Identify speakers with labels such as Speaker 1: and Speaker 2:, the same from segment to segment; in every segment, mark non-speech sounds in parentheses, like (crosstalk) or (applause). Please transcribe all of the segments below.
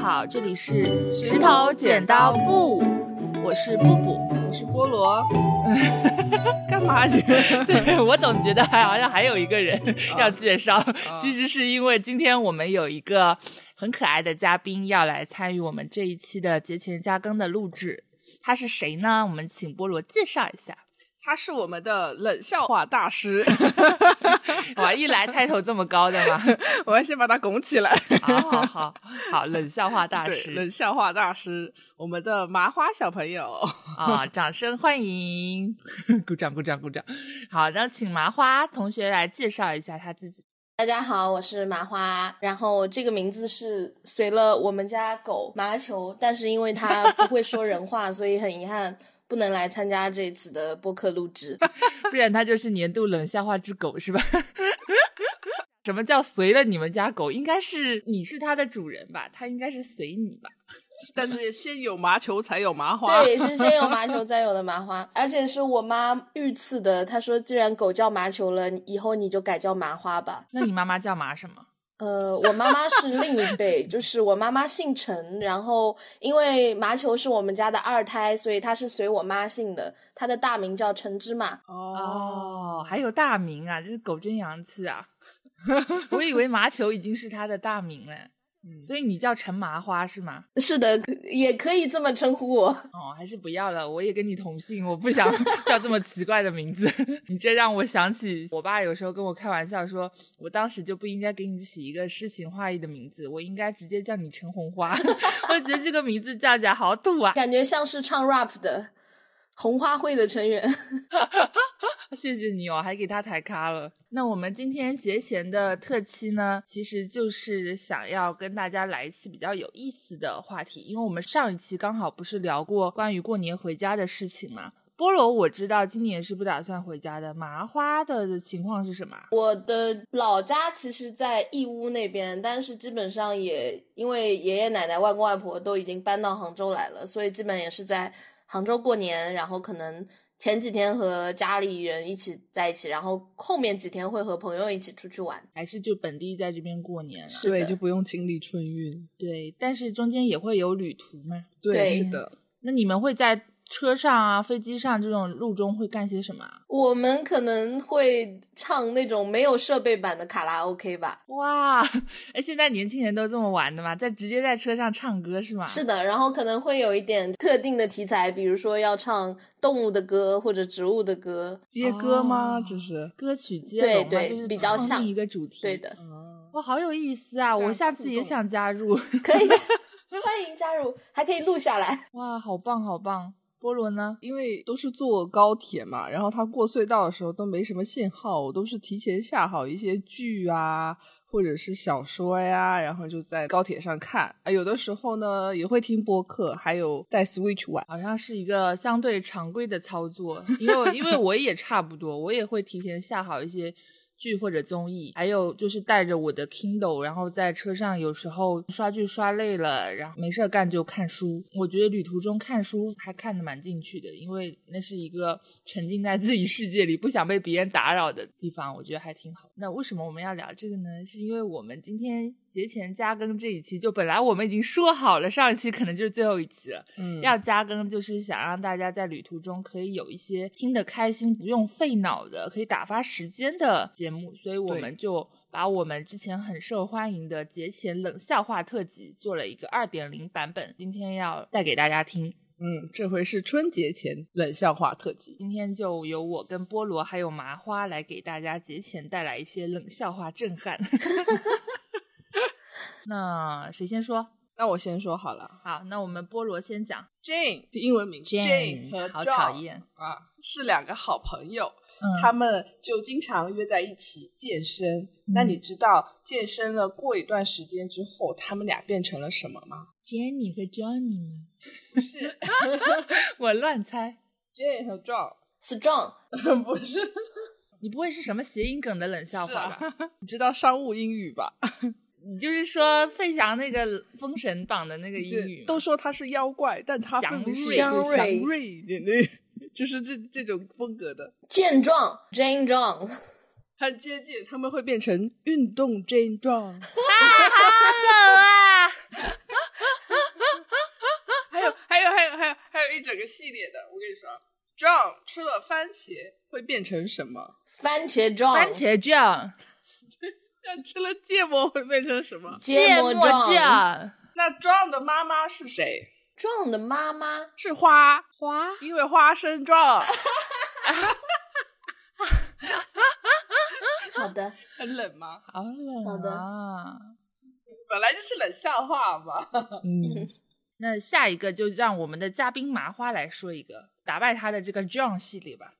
Speaker 1: 好，这里是石头剪刀布，我是布布，
Speaker 2: 我是菠萝，
Speaker 3: 啊
Speaker 1: 干嘛你？
Speaker 3: (laughs) 对我总觉得好像还有一个
Speaker 1: 嗯
Speaker 3: 人要介绍， (laughs) 其实是因为今天我们有一个很可爱的嘉宾要来参与我们这一期的节前加更的录制，他是谁呢？我们请菠萝介绍一下。
Speaker 2: 他是我们的冷笑话大师， (laughs)
Speaker 3: 哇，一来 title 这么高的
Speaker 1: (laughs)
Speaker 3: 吗？
Speaker 2: 我要先把他拱起来。
Speaker 3: 好好好好，冷笑话大
Speaker 2: 对，冷
Speaker 3: 师
Speaker 2: 笑话大师，我们的麻花小
Speaker 3: (laughs)
Speaker 2: 朋友。
Speaker 3: 啊、掌声欢迎，鼓掌鼓掌鼓掌。好，那请麻花同学来介绍一下他自己。
Speaker 4: 大家好，我是麻花，然后这个名字是随了我们家狗麻球，但是因为它不会说人话， (laughs) 所以很遗憾不能来参加这次的播客录制。
Speaker 3: 不然他就是年度冷笑话之狗，是吧？ (laughs) 什么叫随了你们家狗？应该是你是它的主人吧？它应该是随你吧？
Speaker 2: 但是先有麻球，才有麻花。
Speaker 4: 对，是先有麻球，再有的麻花，而且是我妈御赐的。她说，既然狗叫麻球了，以后你就改叫麻花吧。
Speaker 3: 那你妈妈叫麻什么？
Speaker 4: 呃，我妈妈是另一辈，就是我妈妈姓陈，然后因为麻球是我们家的二胎，所以她是随我妈姓的，她的大名叫陈芝麻。
Speaker 3: (laughs) 哦，还有大名啊，这狗真洋气啊！ (laughs) 我以为麻球已经是它的大名了，所以你叫陈麻花是吗？
Speaker 4: 是的，可也可以这么称呼我。
Speaker 3: 哦，还是不要了，我也跟你同姓，我不想 (laughs) 叫这么奇怪的名字。 (laughs) 你这让我想起我爸有时候跟我开玩笑说，我当时就不应该给你起一个诗情画意的名字，我应该直接叫你陈红花。 (laughs) 我觉得这个名字叫起来好土啊！
Speaker 4: 感觉像是唱 rap 的红花会的成员。 (laughs)
Speaker 3: 谢谢你哦，还给他抬咖了。那我们今天节前的特期呢，其实就是想要跟大家来一期比较有意思的话题，因为我们上一期刚好不是聊过关于过年回家的事情嘛。菠萝我知道今年是不打算回家的，麻花的情况是什么啊？
Speaker 4: 我的老家其实，在义乌那边，但是基本上也因为爷爷奶奶、外公外婆都已经搬到杭州来了，所以基本也是在杭州过年，然后可能。前几天和家里人一起在一起，然后后面几天会和朋友一起出去玩。
Speaker 3: 还是就本地在这边过年了？
Speaker 4: 是的
Speaker 2: 就不用经历春运。
Speaker 3: 对，但是中间也会有旅途嘛。
Speaker 2: 对，
Speaker 4: 对
Speaker 2: 是的，
Speaker 3: 那你们会在车上啊、飞机上这种路中会干些什么啊？
Speaker 4: 我们可能会唱那种没有设备版的卡拉 OK 吧，
Speaker 3: 哇，哎，现在年轻人都这么玩的吗？在直接在车上唱歌是吗？
Speaker 4: 是的，然后可能会有一点特定的题材，比如说要唱动物的歌或者植物的歌。
Speaker 2: 接歌吗？
Speaker 3: 哦
Speaker 2: 这是。
Speaker 3: 歌曲接
Speaker 4: 对
Speaker 3: 龙嘛，
Speaker 4: 对
Speaker 3: 就是
Speaker 4: 比较
Speaker 3: 创
Speaker 4: 像
Speaker 3: 定一个主题。哦
Speaker 4: 对，的，
Speaker 3: 哇，好有意思啊！
Speaker 2: 非
Speaker 3: 我
Speaker 2: 常
Speaker 3: 下
Speaker 2: 互
Speaker 3: 次也
Speaker 2: 动
Speaker 3: 想加入。 (laughs)
Speaker 4: 可以的，欢迎加入，还可以录下来。
Speaker 3: 哇，好棒好棒！菠萝呢？
Speaker 2: 因为都是坐高铁嘛，然后他过隧道的时候都没什么信号，我都是提前下好一些剧啊，或者是小说呀，然后就在高铁上看。啊，有的时候呢也会听播客，还有带 Switch 玩。
Speaker 3: 好像是一个相对常规的操作，因为我因为我也差不多，我也会提前下好一些剧或者综艺，还有就是带着我的 Kindle，然后在车上有时候刷剧刷累了，然后没事儿干就看书。我觉得旅途中看书还看得蛮进去的，因为那是一个沉浸在自己世界里，不想被别人打扰的地方，我觉得还挺好。那为什么我们要聊这个呢？是因为我们今天节前加更这一期，就本来我们已经说好了，上一期可能就是最后一期了。
Speaker 2: 嗯
Speaker 3: 要加更，就是想让大家在旅途中可以有一些听得开心、不用费脑的、可以打发时间的节目，所以我
Speaker 2: 对
Speaker 3: 们就把我们之前很受欢迎的节前冷笑话特辑做了一个二点零版本，今天要带给大家听。
Speaker 2: 嗯，这回是春节前冷笑话特辑。
Speaker 3: 今天就由我跟菠萝还有麻花来给大家节前带来一些冷笑话震撼。 (laughs) 那谁先说？
Speaker 2: 那我先说好了
Speaker 3: 好，那我们菠萝先讲。
Speaker 2: ，Jane 英文名 Jane 和
Speaker 3: Jane，好
Speaker 2: John
Speaker 3: 讨厌。
Speaker 2: 啊，是两个好朋友，
Speaker 3: 嗯
Speaker 2: 他们就经常约在一起健身。那你知道健身了过一段时间之后，他们俩变成了什么吗
Speaker 3: Jenny 和 Johnny 吗？是， (laughs) 我乱猜。
Speaker 2: ？Jane 和 John (laughs)
Speaker 4: Strong，
Speaker 2: 不是
Speaker 3: 你不会是什么谐音梗的冷笑
Speaker 2: 笑
Speaker 3: 话
Speaker 2: 话
Speaker 3: 吧？
Speaker 2: 吧？啊 (laughs) 你知道商务英语吧？
Speaker 3: (laughs) 你就是说费翔那个封神榜的那个英语
Speaker 2: 这
Speaker 3: 吗 (laughs)
Speaker 2: 都说他是妖怪，但他分明是
Speaker 3: 祥
Speaker 2: 对
Speaker 4: 瑞
Speaker 2: 祥瑞，对对， (laughs) 就是这这种风格的，
Speaker 4: 健壮，Jane John，
Speaker 2: 很接近。他们会变成运动 Jane John。
Speaker 3: 啊，
Speaker 2: 有一整个系列的，我跟你说，John 吃了番茄会变成什么？ (laughs)
Speaker 4: 番茄状，
Speaker 3: 番茄酱、
Speaker 2: 那吃了芥末会变成什么？
Speaker 4: 芥
Speaker 3: 末
Speaker 4: 状，
Speaker 3: 酱、
Speaker 2: 那 John 的妈妈是谁？
Speaker 4: 状的妈妈，
Speaker 2: 是花，
Speaker 3: 花
Speaker 2: 因为花生 (laughs) 状，
Speaker 4: 好
Speaker 3: (laughs)
Speaker 4: 的，
Speaker 2: 很冷吗？
Speaker 3: 好冷
Speaker 4: 好的
Speaker 3: 啊！
Speaker 2: 本来就是冷笑话嘛。
Speaker 3: 嗯，那下一个就让我们的嘉宾麻花来说一个打败他的这个 John 系列
Speaker 2: (laughs)
Speaker 3: 吧。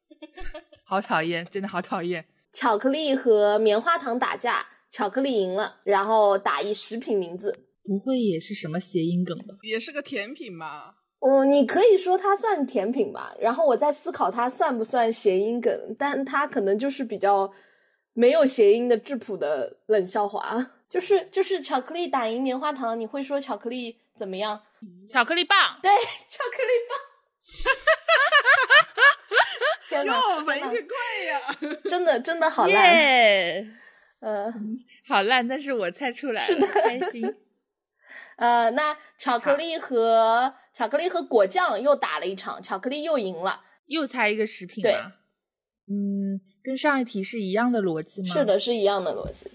Speaker 3: 好讨厌，真的好讨厌。
Speaker 4: 巧克力和棉花糖打架，巧克力赢了，然后打一食品名字。
Speaker 3: 不会也是什么谐音梗吧？
Speaker 2: 也是个甜品嘛。
Speaker 4: 哦，你可以说它算甜品吧，然后我在思考它算不算谐音梗，但它可能就是比较没有谐音的质朴的冷笑话， (laughs) 就是就是巧克力打赢棉花糖，你会说巧克力怎么样？ (laughs)
Speaker 3: 巧克力棒，
Speaker 4: 对，巧克力棒。天哪，
Speaker 2: 哟，反应
Speaker 4: 天
Speaker 2: 挺快呀！
Speaker 4: 哪真的真的好烂，
Speaker 3: 耶
Speaker 4: 呃
Speaker 3: 好烂，但是我猜出来了，开
Speaker 4: (laughs)
Speaker 3: 心。
Speaker 4: 呃，那巧克力和巧克力和果酱又打了一场，巧克力又赢了。
Speaker 3: 又猜一个食品
Speaker 4: 对
Speaker 3: 吗？嗯，跟上一题是一样的逻辑吗？
Speaker 4: 是，的，是一样的逻辑。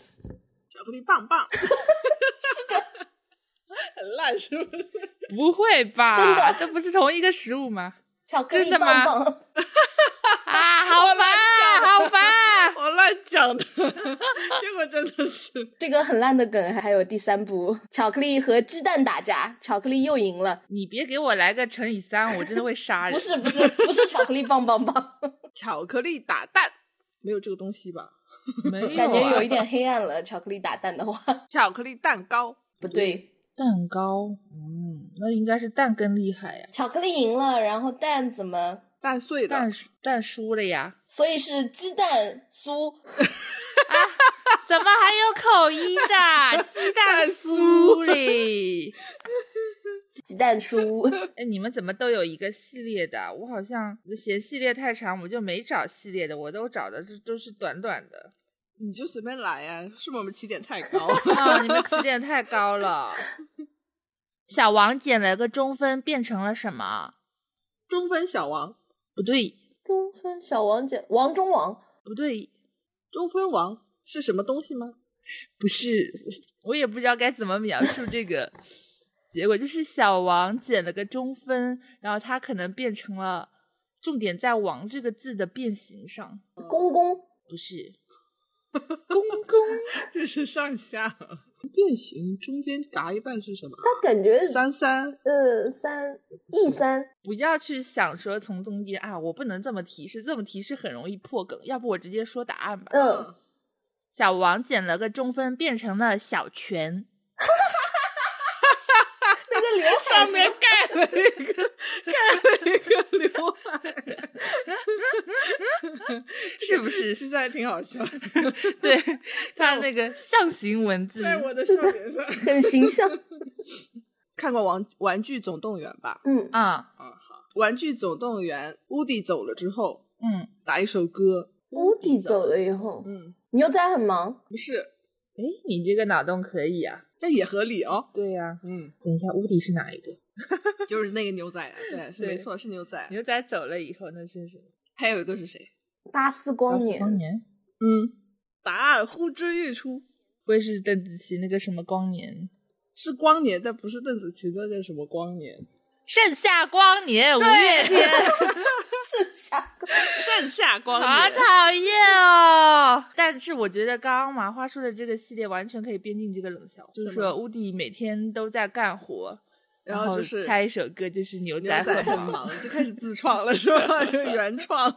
Speaker 2: 巧克力棒棒， (laughs) 是的，很烂是不是？
Speaker 3: 不会吧？
Speaker 4: 真的
Speaker 3: 这不是同一个食物吗？
Speaker 4: 巧克力
Speaker 3: 真的吗
Speaker 4: 棒棒， (laughs)
Speaker 3: 啊，好烦啊，好烦啊！
Speaker 2: 我乱讲 (laughs) 的，结果真的是
Speaker 4: 这个很烂的梗。还有第三步，巧克力和鸡蛋打架，巧克力又赢了。
Speaker 3: 你别给我来个乘以三，我真的会杀人。
Speaker 4: 不是不是不是巧克力棒棒 (laughs) 棒，
Speaker 2: 巧克力打蛋，没有这个东西吧？
Speaker 3: 没有啊、
Speaker 4: 感觉有一点黑暗了。巧克力打蛋的话
Speaker 2: 巧克力蛋糕，
Speaker 4: 不对，
Speaker 3: 蛋糕，嗯，那应该是蛋更厉害呀、
Speaker 4: 巧克力赢了，然后蛋怎么？
Speaker 2: 蛋碎的
Speaker 3: 蛋，输蛋输了呀， (laughs)
Speaker 4: 所以是鸡蛋酥，
Speaker 3: 怎么还有口音的？鸡蛋酥嘞！
Speaker 4: 鸡蛋酥。
Speaker 3: 哎，你们怎么都有一个系列的？啊我好像嫌系列太长，我就没找系列的，我都找的这都是短短的。
Speaker 2: 你就随便来呀、是不是我们起点太高？
Speaker 3: 啊、你们起点太高 (laughs) 了。小王捡了个中分，变成了什么？
Speaker 2: (laughs)
Speaker 3: 啊
Speaker 2: 中分小王，
Speaker 3: 不对，
Speaker 4: (laughs) 中分小王姐，王中王，
Speaker 3: 不对，
Speaker 2: 中分王是什么东西吗？
Speaker 3: 不是，我也不知道该怎么描述这个 (laughs) 结果。就是小王捡了个中分，然后他可能变成了，重点在“王”这个字的变形上，
Speaker 4: 公公
Speaker 3: 不是公公
Speaker 2: 这是上下变形，中间嘎一半是什么？
Speaker 4: 他感觉
Speaker 2: 三三
Speaker 4: 呃三 E 三，
Speaker 3: 不要去想说从中间啊，我不能这么提示，这么提示很容易破梗。要不我直接说答案吧。
Speaker 4: 嗯，
Speaker 2: (laughs)
Speaker 3: 小王捡了个中分，变成了小泉。
Speaker 4: (laughs) 那个刘
Speaker 2: 上
Speaker 4: 海
Speaker 3: (laughs)
Speaker 4: 是
Speaker 2: 面盖了一个盖了一个刘海， (laughs)
Speaker 3: 是不是
Speaker 2: 现在还挺好笑，
Speaker 3: (laughs) 对，他那个象形文字，
Speaker 2: 在我的笑点上。 (laughs)
Speaker 4: 很形象，
Speaker 2: 看过玩《玩具总动员》吧？
Speaker 4: 嗯， (laughs)
Speaker 3: 啊，
Speaker 2: 《玩具总动员》，乌迪走了之后，
Speaker 3: 嗯，
Speaker 2: 打一首歌，
Speaker 4: 乌迪走了以后，
Speaker 2: 嗯，
Speaker 4: 牛仔很忙，
Speaker 2: 不是，
Speaker 3: 哎，你这个脑洞可以啊。
Speaker 2: 但也合理哦。
Speaker 3: 对呀、
Speaker 2: 嗯，
Speaker 3: 等一下，乌迪是哪一个？
Speaker 2: 就是那个牛仔啊，对，是
Speaker 3: 对
Speaker 2: 没错，是牛仔。
Speaker 3: 牛仔走了以后，那是什么？哦
Speaker 2: 还有一个是谁？
Speaker 4: 巴斯光年，
Speaker 3: 光年，
Speaker 2: 嗯，答案呼之欲出，
Speaker 3: 不会是邓紫棋那个什么光年？
Speaker 2: 是光年，但不是邓紫棋的那个什么光年，
Speaker 3: 盛夏光年，五月天，
Speaker 4: (laughs) 是下个
Speaker 2: 盛夏光
Speaker 4: 啊
Speaker 3: 好讨厌哦！但是我觉得刚刚麻花说的这个系列完全可以编进这个冷笑话，就是是
Speaker 2: 吗
Speaker 3: 说乌迪每天都在干活，
Speaker 2: 然
Speaker 3: 后
Speaker 2: 后就是
Speaker 3: 猜一首歌，就是牛
Speaker 2: 牛
Speaker 3: (laughs)
Speaker 2: 仔
Speaker 3: 很
Speaker 2: 很忙， (laughs) 就开始自创了，是 (laughs) 吧？原创。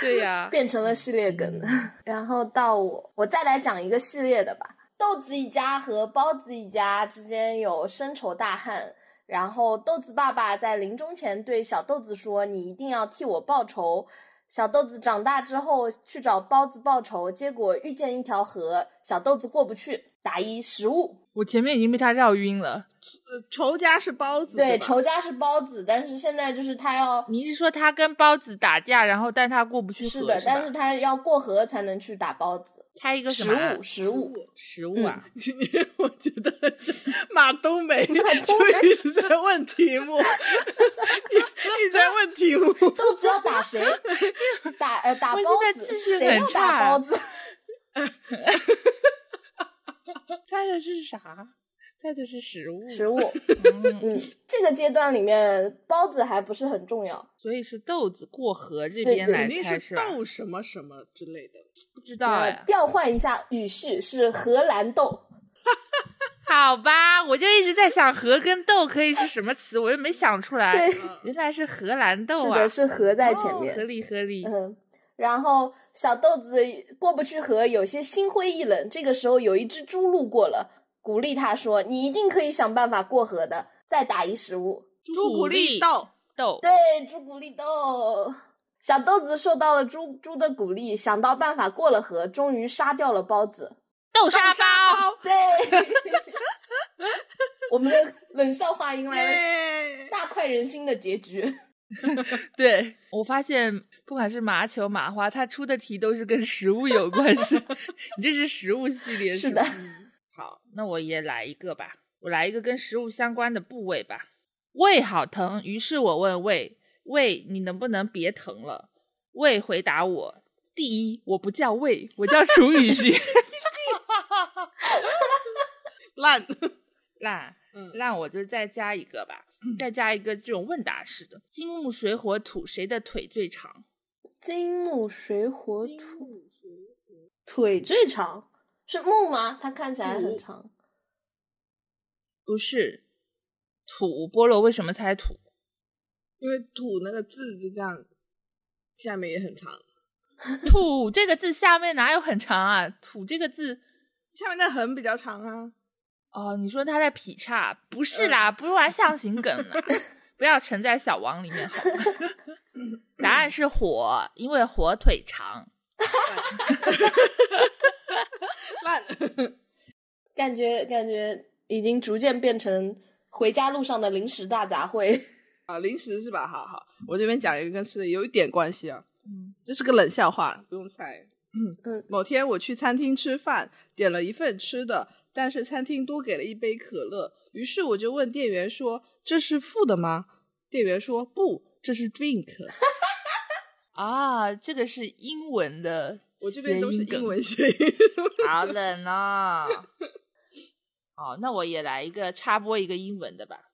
Speaker 3: 对
Speaker 2: (laughs)
Speaker 3: 呀、
Speaker 4: 变成了系列梗，
Speaker 3: 嗯
Speaker 4: 然后到我，我再来讲一个系列的吧。豆子一家和包子一家之间有深仇大恨，然后豆子爸爸在临终前对小豆子说：“你一定要替我报仇。”小豆子长大之后去找包子报仇，结果遇见一条河，小豆子过不去，打一食物。
Speaker 3: 我前面已经被他绕晕了。
Speaker 2: 呃仇家是包子，
Speaker 4: 对，
Speaker 2: 吧 (laughs)
Speaker 4: 仇家是包子，但是现在就是他要
Speaker 3: 你是说他跟包子打架，然后但他过不去河
Speaker 4: 是的，但是
Speaker 3: 吧
Speaker 4: 他要过河才能去打包子。
Speaker 3: 他一个什
Speaker 4: 食
Speaker 3: 么啊
Speaker 4: 物，食物，
Speaker 3: 食物啊？
Speaker 2: 我觉得是马冬梅就一直在问题目， (laughs) 一一直在问题目。
Speaker 4: 豆子要
Speaker 3: (laughs)
Speaker 4: 打谁？打呃
Speaker 3: 我
Speaker 4: 打包
Speaker 3: 现在
Speaker 4: 子，
Speaker 3: 记性
Speaker 4: 谁
Speaker 3: 很
Speaker 4: 要
Speaker 3: 差
Speaker 4: 打包子？嗯
Speaker 3: 猜的是啥？猜的是 (laughs) 食物。
Speaker 4: 食物，
Speaker 3: 嗯
Speaker 4: (laughs) 嗯，这个阶段里面包子还不是很重要。
Speaker 3: 所以是豆子过河这
Speaker 4: 对
Speaker 3: 边
Speaker 4: 对
Speaker 3: 来
Speaker 2: (laughs) 肯定
Speaker 3: 猜
Speaker 2: 哎是
Speaker 3: 吧？
Speaker 2: 豆什么什么之类的。
Speaker 3: 不知道哎。
Speaker 4: 调换一下语序是荷兰豆，
Speaker 3: (laughs) 好吧，我就一直在想荷跟豆可以是什么词，我又没想出来
Speaker 4: 对。
Speaker 2: 嗯
Speaker 3: 原来是荷兰豆
Speaker 4: 是
Speaker 3: 啊哦
Speaker 4: 的，，是荷在前
Speaker 3: 合
Speaker 4: 面。
Speaker 3: 理合理。
Speaker 4: 嗯，然后小豆子过不去河，有些心灰意冷。这个时候有一只猪路过了，鼓励他说：“你一定可以想办法过河的。”再打一食物，
Speaker 2: 朱古力豆，
Speaker 3: 豆，
Speaker 4: 对，朱古力豆。小豆子受到了猪猪的鼓励，想到办法过了河，终于杀掉了包子。
Speaker 3: 豆
Speaker 2: 豆
Speaker 3: 沙
Speaker 2: 沙
Speaker 3: 包，
Speaker 4: (laughs) 对，我们的冷笑话迎来了
Speaker 2: 耶！
Speaker 4: 大快人心的结局。
Speaker 3: 对我发现，不管是麻球、麻花，他出的题都是跟食物有关系。
Speaker 4: (laughs)
Speaker 3: 你这是食物系列
Speaker 4: 是
Speaker 3: 吧
Speaker 4: 的？
Speaker 3: 好，那我也来一个吧，我来一个跟食物相关的部位吧。胃好疼，于是我问胃：“胃，你能不能别疼了？”胃回答我：“第一，我不叫胃，我叫楚雨 (laughs) 荨。
Speaker 2: 烂，
Speaker 3: 烂
Speaker 2: (laughs) 嗯，
Speaker 3: 烂，我就再加一个吧，再加一个这种问答式的：金木水火土，谁的腿最长？
Speaker 4: 金木水火土，腿最长是木吗？它看起来很长。
Speaker 3: 不是土，菠萝为什么猜土？ (laughs)
Speaker 2: 因为土那个字就这样，下面也很长，
Speaker 3: 土这个字下面哪有很长啊？土这个字
Speaker 2: 下面那横比较长啊。
Speaker 3: 哦，你说他在劈叉？不是
Speaker 2: 嗯
Speaker 3: 啦，不是玩象形梗啦，不要沉在小王里面好吗？ (laughs) 答案是火，因为火腿长。
Speaker 2: 烂，
Speaker 4: 感觉感觉已经逐渐变成回家路上的零食大杂烩。
Speaker 2: 零食是吧？好好，我这边讲一个跟吃的有一点关系啊。
Speaker 3: 嗯，
Speaker 2: 这是个冷笑话，不用猜。呃
Speaker 4: 嗯
Speaker 2: 某天我去餐厅吃饭，点了一份吃的，但是餐厅多给了一杯可乐，于是我就问店员说：“这是付的吗？”店员说：“不，这是 drink。
Speaker 3: 啊，这个是英文的”
Speaker 2: 我这边都是
Speaker 3: 谐梗
Speaker 2: 英文谐音。
Speaker 3: 好冷哦。好，那我也来一个插播一个英文的吧。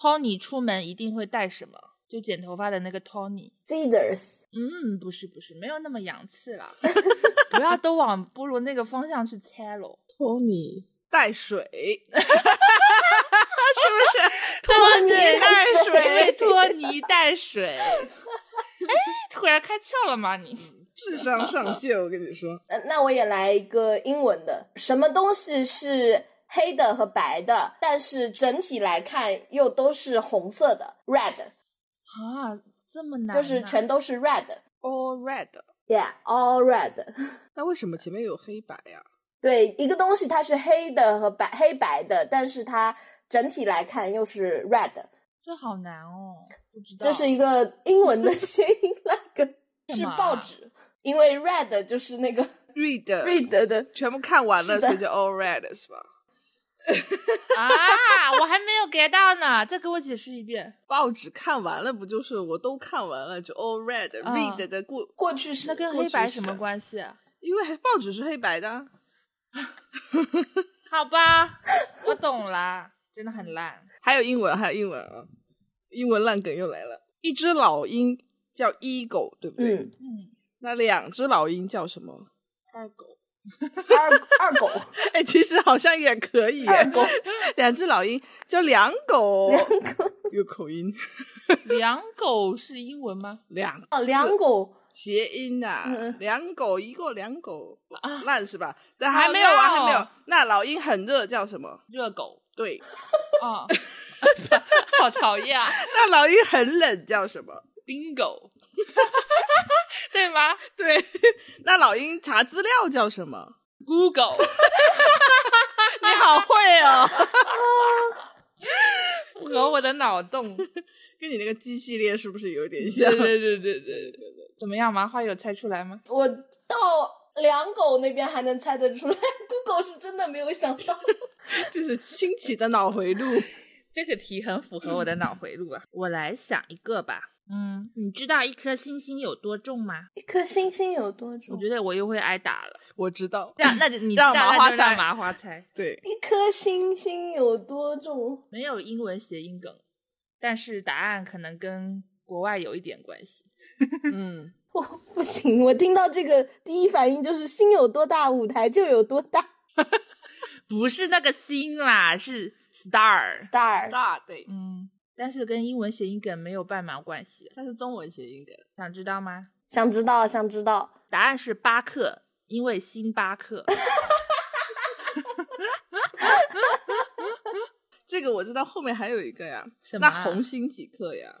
Speaker 3: Tony 出门一定会带什么？就剪头发的那个 Tony。
Speaker 4: Cedars，
Speaker 3: 嗯，不是不是，没有那么洋气啦。 (laughs) 不要都往菠萝那个方向去猜喽。
Speaker 2: Tony (laughs) 带水，
Speaker 3: 托
Speaker 4: 尼
Speaker 3: (laughs)
Speaker 4: 带
Speaker 3: 水，托尼带水。哎，突然开窍了吗你？
Speaker 2: 智商上线，我跟你说，
Speaker 4: 呃那我也来一个英文的，什么东西是黑的和白的，但是整体来看又都是红色的，red，
Speaker 3: 啊，这么难、
Speaker 4: 就是全。都是 red。
Speaker 2: all red。
Speaker 4: Yeah，all red。
Speaker 2: 那为什么前面有黑白啊呀、
Speaker 4: (laughs) 对，一个东西它是黑的和白黑白的，但是它整体来看又是 red，
Speaker 3: 这好难哦，不知道。
Speaker 4: 这是一个英文的 (laughs) 谐音那 (laughs) 个
Speaker 3: 干
Speaker 4: 是
Speaker 3: 嘛
Speaker 4: 报纸，因为 red 就是那 (laughs) 个
Speaker 2: r e a d
Speaker 4: read 的。
Speaker 2: 全部看完了，
Speaker 4: 是的
Speaker 2: 所以就 all red 是吧？
Speaker 3: 啊，我还没有 get 到呢，再给我解释一遍。
Speaker 2: 报纸看完了，不就是我都看完了，就 all red、
Speaker 3: 啊
Speaker 2: read 的过
Speaker 4: 过去式
Speaker 3: 那跟
Speaker 2: 过
Speaker 3: 黑
Speaker 2: 去
Speaker 3: 白
Speaker 2: 式
Speaker 3: 什么关系啊？
Speaker 2: 因为报纸是黑白的啊，
Speaker 3: 好吧，我懂啦，真的很烂。
Speaker 2: 还有英文，还有英文啊，英文烂梗又来了。一只老鹰叫一狗，对不对？
Speaker 4: 嗯，
Speaker 3: 嗯，
Speaker 2: 那两只老鹰叫什么？ (laughs)
Speaker 3: 二狗
Speaker 4: 二二狗
Speaker 2: 哎，其实好像也可以耶，
Speaker 4: 二狗
Speaker 2: 两只老鹰叫两狗，
Speaker 4: 两
Speaker 2: 狗有口音，
Speaker 3: 两狗是英文吗？
Speaker 2: 两
Speaker 4: (laughs) 哦，两狗
Speaker 2: 谐音呐、
Speaker 4: 嗯
Speaker 2: 两狗一个两狗，
Speaker 3: 啊
Speaker 2: 烂是吧？但还没有
Speaker 3: 好
Speaker 2: 完，
Speaker 3: 烂哦
Speaker 2: 还没有。那老鹰很热叫什么？
Speaker 3: 热狗
Speaker 2: 对，
Speaker 3: 啊，好讨厌啊！
Speaker 2: (laughs) 那老鹰很冷叫什么？
Speaker 3: 冰狗， (laughs) 对吗？
Speaker 2: (laughs) 对，那老鹰查资料叫什么？
Speaker 3: 孤狗， (laughs) 你好会哦，符合我的脑洞。
Speaker 2: (laughs) 跟你那个鸡系列是不是有点像
Speaker 3: 对？对对对对对，怎么样？麻花有猜出来吗？
Speaker 4: 我到两狗那边还能猜得出来，Google 是真的没有想到。
Speaker 2: (laughs) 就是新奇的脑回路。 (laughs)
Speaker 3: 这个题很符合我的脑回路啊。我来想一个吧。嗯，你知道一颗星星有多重吗？
Speaker 4: (laughs) 一颗星星有多重？
Speaker 3: 我觉得我又会挨打了。
Speaker 2: 我知道，
Speaker 3: (laughs) 让那就你
Speaker 2: 让
Speaker 3: 那
Speaker 2: 麻
Speaker 3: 那
Speaker 2: 花
Speaker 3: 就
Speaker 2: 猜
Speaker 3: 让麻花猜。
Speaker 2: 对，
Speaker 4: 一颗星星有多重？
Speaker 3: 没有英文谐音梗，但是答案可能跟国外有一点关系。
Speaker 2: 嗯，
Speaker 4: 我不行，我听到这个第一反应就是心有多大，舞台就有多大。
Speaker 3: 不是那个星啦，是 star。
Speaker 2: (laughs)
Speaker 4: Star，
Speaker 2: 大对，
Speaker 3: 嗯，但是跟英文谐音梗没有半毛关系。
Speaker 2: 它是中文谐音梗。
Speaker 3: 想知道吗？
Speaker 4: 想知道，想知道。
Speaker 3: 答案是巴克，因为星巴克。
Speaker 2: 这个我知道，后面还有一个呀，
Speaker 3: 什么
Speaker 2: 那
Speaker 3: 啊
Speaker 2: 红星几克呀？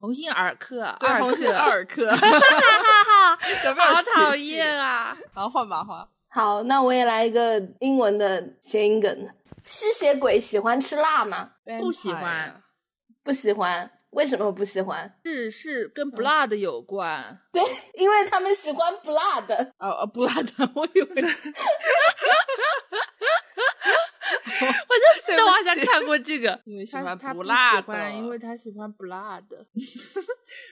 Speaker 3: 鸿星尔克，
Speaker 2: 对，
Speaker 3: 尔
Speaker 2: 红星
Speaker 3: 克
Speaker 2: 二克， (laughs)
Speaker 3: 哈哈，
Speaker 2: 有没有？
Speaker 3: 好讨厌！啊！ (laughs)
Speaker 2: 然后换麻花，
Speaker 4: 好，那我也来一个英文的谐音梗。吸血鬼喜欢吃辣吗？
Speaker 3: 不喜欢
Speaker 2: Vampire，
Speaker 4: 不喜欢，为什么不喜欢？
Speaker 3: 是是跟 blood 有关，
Speaker 4: 因为他们喜欢不辣的。
Speaker 2: 哦哦，布拉德，我以为
Speaker 3: 我就记得我好像
Speaker 2: 对不起。
Speaker 3: 看过这个
Speaker 2: 因为喜
Speaker 3: 他
Speaker 2: 欢
Speaker 3: 他
Speaker 2: 不
Speaker 3: 不
Speaker 2: 辣
Speaker 3: 喜欢
Speaker 2: 的，
Speaker 3: 因
Speaker 2: (laughs)
Speaker 3: 为他喜欢 blood。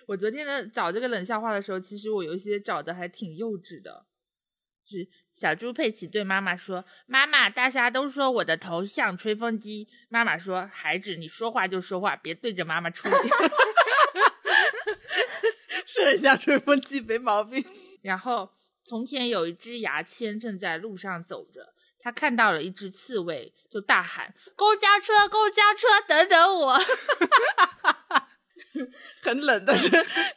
Speaker 3: 我昨天呢找这个冷笑话的时候，其实我有一些找的还挺幼稚的，是小猪佩奇对妈妈说：“妈妈，大家都说我的头像吹风机。”妈妈说：“孩子，你说话就说话，别对着妈妈吹。”
Speaker 2: 是很像吹风机，没毛病。
Speaker 3: (laughs) 然后，从前有一只牙签正在路上走着，他看到了一只刺猬，就大喊：“公交车，公交车，等等我 (laughs)
Speaker 2: 很冷，但是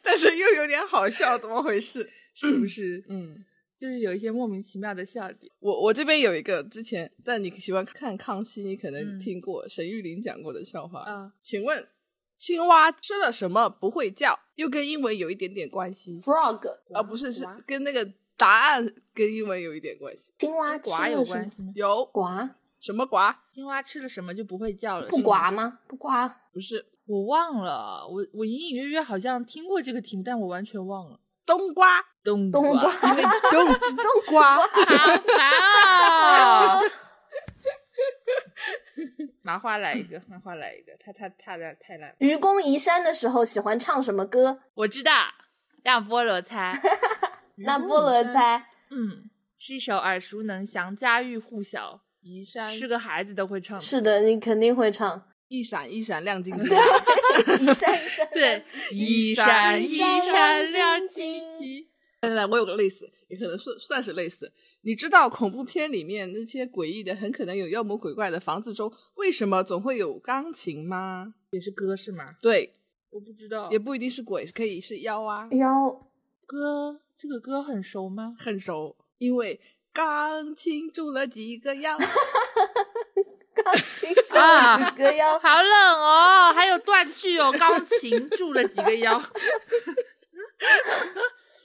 Speaker 2: 但是又有点好笑，怎么回事？！”
Speaker 3: 是不是？
Speaker 2: 嗯，
Speaker 3: 就是有一些莫名其妙的笑点。
Speaker 2: 我我这边有一个之前，但你喜欢看康熙，你可能
Speaker 3: 嗯
Speaker 2: 听过沈玉琳讲过的笑话。
Speaker 3: 啊
Speaker 2: 请问青蛙吃了什么不会叫？又跟英文有一点点关系
Speaker 4: Frog，
Speaker 2: 啊？不是，是
Speaker 3: 呱
Speaker 2: 跟那个答案跟英文有一点关系。
Speaker 4: 青蛙吃
Speaker 3: 呱有
Speaker 4: 了什么
Speaker 3: 关？系吗？
Speaker 2: 有
Speaker 4: 呱
Speaker 2: 什么呱？
Speaker 3: 青蛙吃了什么就不会叫了？
Speaker 4: 不
Speaker 3: 是吗
Speaker 4: 呱吗？不呱。
Speaker 2: 不是
Speaker 3: 我忘了，我我隐隐约约好像听过这个题目，但我完全忘了。
Speaker 2: 冬瓜，
Speaker 3: 冬
Speaker 4: 冬瓜
Speaker 3: 瓜，
Speaker 2: 因为冬冬瓜。
Speaker 3: 好烦哦！
Speaker 4: 啊，
Speaker 3: 麻花来一个，麻花来一个，他他他的太烂了。
Speaker 4: 愚公移山的时候喜欢唱什么歌？
Speaker 3: 我知道，让菠萝猜。
Speaker 4: 那菠萝猜，
Speaker 3: 嗯，是一首耳熟能详、家喻户晓，
Speaker 2: 移山
Speaker 3: 是个孩子都会唱的。
Speaker 4: 是的，你肯定会唱。
Speaker 2: 一闪一闪亮晶晶，
Speaker 4: 移山移山，
Speaker 3: 对，
Speaker 2: 一
Speaker 3: 一
Speaker 2: 闪
Speaker 3: 闪
Speaker 2: 一
Speaker 3: 一
Speaker 4: 闪
Speaker 3: 闪
Speaker 4: 亮
Speaker 3: 亮
Speaker 4: 晶
Speaker 3: 晶晶。
Speaker 2: 我有个类似，也可能算算是类似。你知道恐怖片里面那些诡异的、很可能有妖魔鬼怪的房子中，为什么总会有钢琴吗？
Speaker 3: 也是歌是吗？
Speaker 2: 对，
Speaker 3: 我不知道
Speaker 2: 也不一定是鬼，可以是妖啊。
Speaker 4: 妖
Speaker 3: 歌这个歌很熟 (laughs) 吗？
Speaker 2: 很熟，因为钢琴住了几个妖。
Speaker 4: 钢琴住
Speaker 3: (laughs)
Speaker 4: 了几个妖？
Speaker 3: 啊好冷哦，还有断句哦，钢琴住了几个腰。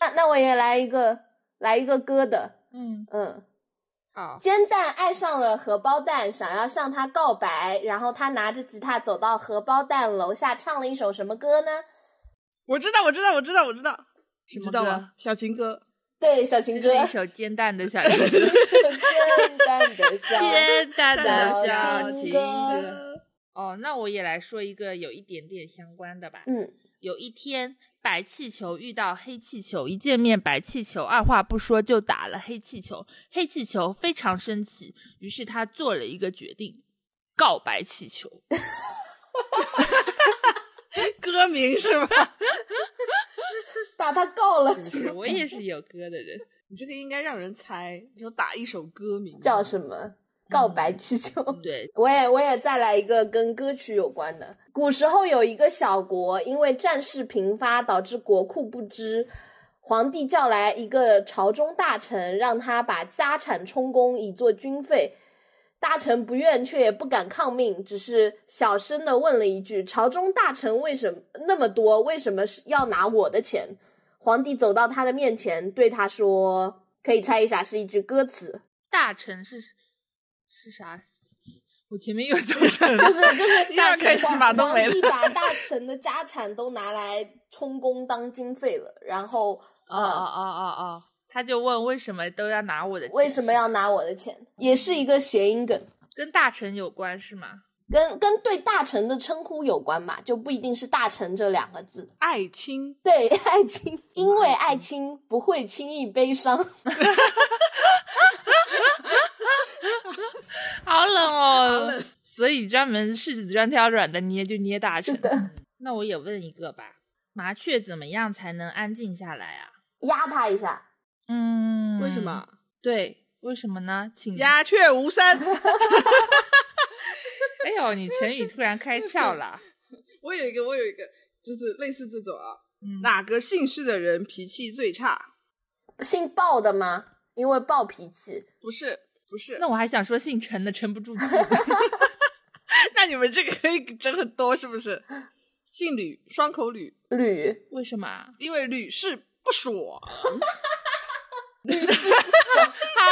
Speaker 4: 那那我也来一个，来一个歌的，
Speaker 3: (laughs) 嗯，
Speaker 4: 嗯。
Speaker 3: 好，
Speaker 4: 煎蛋爱上了荷包蛋，想要向他告白，然后他拿着吉他走到荷包蛋楼下，唱了一首什么歌呢？
Speaker 2: (laughs) 我知道，我知道，我知道，我知道，你
Speaker 3: 什么
Speaker 2: 知道
Speaker 3: 歌
Speaker 2: 吗？小情歌，
Speaker 4: 对，小情
Speaker 3: 这
Speaker 4: 歌，
Speaker 3: 是一首煎蛋 (laughs) 的小情
Speaker 4: 一首煎蛋的笑。
Speaker 3: 煎蛋的
Speaker 4: 小
Speaker 3: 小
Speaker 4: 情
Speaker 3: 情
Speaker 4: 歌
Speaker 3: 歌。哦，那我也来说一个有一点点相关的吧。
Speaker 4: 嗯，
Speaker 3: 有一天，白气球遇到黑气球，一见面，白气球二话不说就打了黑气球。黑气球非常生气，于是他做了一个决定，告白气球。 (laughs)
Speaker 2: 歌名是吧？
Speaker 4: 把他告了
Speaker 3: 是，不是？我也是有歌的人。
Speaker 2: (laughs) 你这个应该让人猜，你说打一首歌名
Speaker 4: 叫什？么？告白气球。 (laughs)
Speaker 3: 对，
Speaker 4: 我也我也再来一个跟歌曲有关的。古时候有一个小国，因为战事频发，导致国库不支。皇帝叫来一个朝中大臣，让他把家产充公以作军费。大臣不愿，却也不敢抗命，只是小声的问了一句：“朝中大臣为什么那么多？为什么是要拿我的钱？”皇帝走到他的面前，对他说：“可以猜一下，是一句歌词。
Speaker 3: 大臣是是啥？ (laughs) 我前面又走神
Speaker 4: 就
Speaker 3: 了， (laughs)
Speaker 4: 是 (laughs) 就
Speaker 3: 又
Speaker 4: 是
Speaker 3: 要
Speaker 4: 大
Speaker 3: 开始马冬梅
Speaker 4: 王
Speaker 3: 了
Speaker 4: 帝把大臣的家产都拿来充公当军费了，然后呃
Speaker 3: 啊啊
Speaker 4: 哦
Speaker 3: 啊啊啊！他就问为什么都要拿我的钱，
Speaker 4: 为什么要拿我的钱？也是一个谐音梗，
Speaker 3: 跟大臣有关是吗？
Speaker 4: 跟跟对大臣的称呼有关吧，就不一定是大臣这两个字。
Speaker 2: 爱卿
Speaker 4: 对， (laughs) 爱卿，因为爱卿不会轻易悲伤。
Speaker 3: 好冷 (laughs) 哦，所以专门柿子专挑软的捏，就捏大臣。嗯那我也问一个吧，麻雀怎么样才能安静下来啊？
Speaker 4: 压他一下，
Speaker 3: 嗯，
Speaker 2: 为什？么？
Speaker 3: 对，为什么呢？请
Speaker 2: 鸦雀无声。
Speaker 3: 哎呦，你成语突然开窍了。
Speaker 2: 我有一个，我有一个，就是类似这种啊，
Speaker 3: 嗯，
Speaker 2: 哪个姓氏的人脾气最差？
Speaker 4: 姓暴的吗？因为暴脾气，
Speaker 2: 不是，不
Speaker 3: (laughs)
Speaker 2: 是，
Speaker 3: 那我还想说姓陈的沉不住气。
Speaker 2: 那你们这个可以整很多，是不是？姓吕，双口吕，
Speaker 4: 吕
Speaker 3: (laughs) 为什么啊？
Speaker 2: 因为屡试不爽。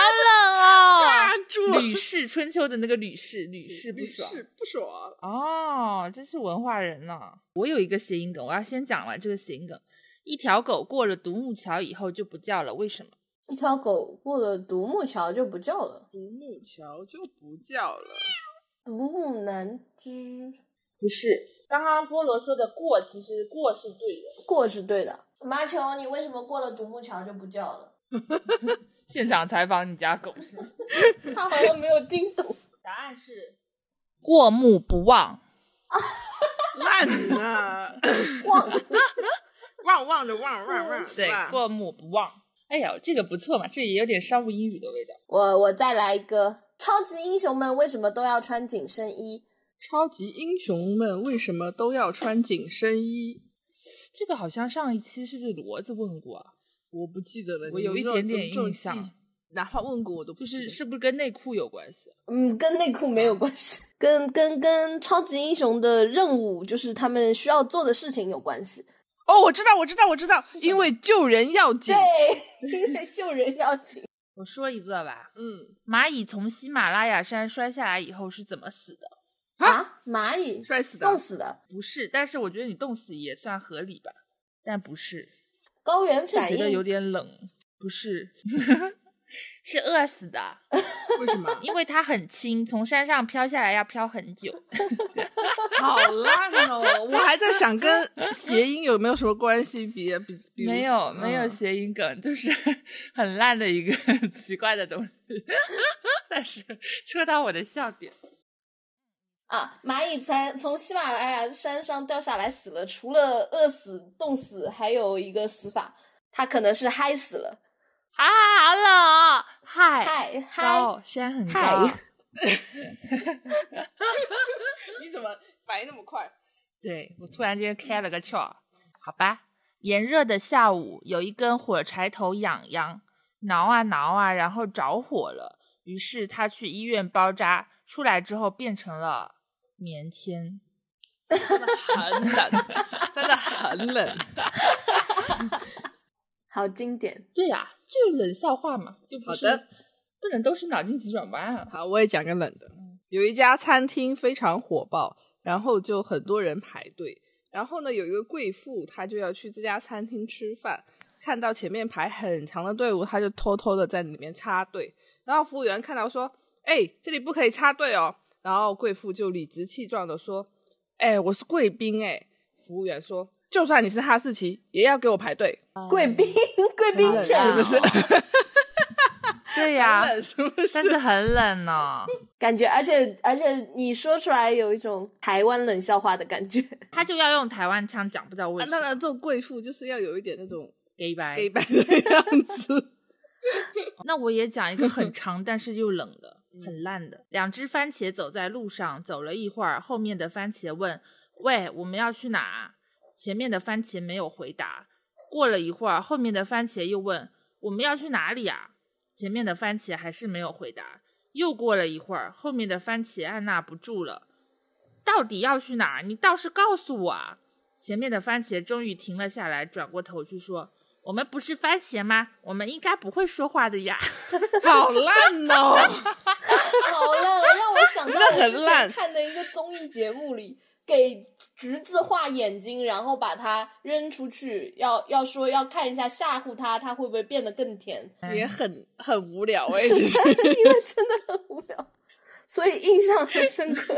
Speaker 3: 好冷
Speaker 2: 住
Speaker 3: (laughs) 哦！吕氏春秋的那个吕氏，吕氏不爽
Speaker 2: 屡。试不爽。
Speaker 3: 哦，真是文化人呐、我有一个谐音梗，我要先讲完这个谐音梗。一条狗过了独木桥以后就不叫了，为什么？
Speaker 4: 一条狗过了独木桥就不叫了，
Speaker 2: 独木桥就不叫了，
Speaker 4: 独木难支。
Speaker 3: 不是，刚刚菠萝说的过，其实过是对的。
Speaker 4: 过是对的。麻球，你为什么过了独木桥就不叫了？
Speaker 3: 现场采访你家狗是吗？
Speaker 4: (laughs) 他好像没有听懂。
Speaker 3: (laughs) 答案是 (laughs) 过目不忘。
Speaker 2: 烂啊呐！
Speaker 4: 忘了
Speaker 2: 旺旺的旺旺旺，
Speaker 3: 对
Speaker 2: 是吧，
Speaker 3: 过目不忘。哎呀，这个不错嘛，这也有点商务英语的味道。
Speaker 4: (laughs) 我我再来一个，超级英雄们为什么都要穿紧身衣？
Speaker 2: 超级英雄们为什么都要穿紧身衣？
Speaker 3: 这个好像上一期是不是骡子问过啊？
Speaker 2: 我不记得了，
Speaker 3: 我有
Speaker 2: 你
Speaker 3: 一
Speaker 2: 这
Speaker 3: 点
Speaker 2: 种
Speaker 3: 点
Speaker 2: 这种
Speaker 3: 印象
Speaker 2: 记，哪怕问过我都不
Speaker 3: 就
Speaker 2: 记
Speaker 3: 是
Speaker 2: 得
Speaker 3: 是不是跟内裤有关系？啊
Speaker 4: 嗯，跟内裤没有关系，跟跟跟超级英雄的任务就是他们需要做的事情有关系。
Speaker 2: 哦，我知道，我知道，我知道，因为救人要紧。
Speaker 4: 对， (laughs) 因为救人要紧。
Speaker 3: 我说一个吧，
Speaker 2: 嗯，
Speaker 3: 蚂蚁从喜马拉雅山摔下来以后是怎么死的？
Speaker 4: 啊，蚂蚁
Speaker 2: 摔死的
Speaker 4: 冻死的，
Speaker 3: 不是，但是我觉得你冻死也算合理吧，但不是，
Speaker 4: 高原
Speaker 3: 就
Speaker 4: 反
Speaker 3: 觉
Speaker 4: 应
Speaker 3: 得有点冷，不
Speaker 4: (laughs)
Speaker 3: 是，是饿死的，？
Speaker 2: 为什么
Speaker 3: 因为它很轻，从山上飘下来要飘很久。
Speaker 2: (laughs) 好烂哦！我还在想跟谐音有没有什么关系，比比比如
Speaker 3: 没有没有
Speaker 2: 嗯
Speaker 3: 谐音梗，就是 (laughs) 很烂的一个 (laughs) 奇怪的东西， (laughs) 但是戳到我的笑点。
Speaker 4: 啊，蚂蚁才从喜马拉雅山上掉下来死了，除了饿死、冻死，还有一个死法，它可能是嗨死了，
Speaker 3: 啊，好冷哦！嗨，
Speaker 4: 嗨嗨
Speaker 2: 哦
Speaker 3: 高山很高
Speaker 4: 嗨，，
Speaker 2: 你怎么反应那么快？
Speaker 3: 对我突然间开了个窍儿，好吧。炎热的下午，有一根火柴头痒痒，挠啊挠啊，然后着火了。于是他去医院包扎，出来之后变成了棉签。(laughs)
Speaker 2: 很冷，真的很冷。
Speaker 4: 好经典。
Speaker 3: 对呀、就是冷笑话嘛，就不是
Speaker 2: 好的，
Speaker 3: 不能都是脑筋急转弯啊。
Speaker 2: 好，我也讲个冷的。
Speaker 3: 嗯
Speaker 2: 有一家餐厅非常火爆，然后就很多人排队。然后呢，有一个贵妇，她就要去这家餐厅吃饭，看到前面排很长的队伍，她就偷偷的在里面插队。然后服务员看到说：“哎，这里不可以插队哦。”然后贵妇就理直气壮的说：“哎，我是贵宾哎。”服务员说：“就算你是哈士奇，也要给我排队，
Speaker 4: 贵宾，贵宾
Speaker 3: 冷
Speaker 4: 犬
Speaker 3: 啊
Speaker 2: 是不是？
Speaker 3: 对呀、
Speaker 2: (laughs) 是不是啊
Speaker 3: 但是很冷呢、 (laughs)
Speaker 4: 感觉，而且而且你说出来有一种台湾冷笑话的感
Speaker 2: (laughs)
Speaker 4: 觉。
Speaker 3: 他就要用台湾腔讲，不知道为
Speaker 2: 啊
Speaker 3: 什
Speaker 2: 当
Speaker 3: 么。
Speaker 2: 然，这种贵妇就是要有一点那种
Speaker 3: gay 白
Speaker 2: gay 白的样子。”
Speaker 3: 那我也讲一个很长但是又冷的，很烂的。两只番茄走在路上，走了一会儿，后面的番茄问：“喂，我们要去哪？”前面的番茄没有回答。过了一会儿，后面的番茄又问：“我们要去哪里啊？”前面的番茄还是没有回答。又过了一会儿，后面的番茄按捺不住了：“到底要去哪儿？你倒是告诉我啊！”前面的番茄终于停了下来，转过头去说：“我们不是番茄吗？我们应 (laughs)
Speaker 2: (laughs)
Speaker 3: 该不会说话的呀。
Speaker 2: 好烂哦！
Speaker 4: 好了，让我想到
Speaker 2: 真的
Speaker 4: 我
Speaker 2: 很
Speaker 4: 之前
Speaker 2: 烂
Speaker 4: 看的一个综艺节目里，给橘子画眼睛，然后把它扔出去，要要说要看一下吓唬它，它会不会变得更甜？
Speaker 2: (laughs) 也很很无聊哎、其实 (laughs)
Speaker 4: (laughs) 因为真的很无聊，所以印象很深刻。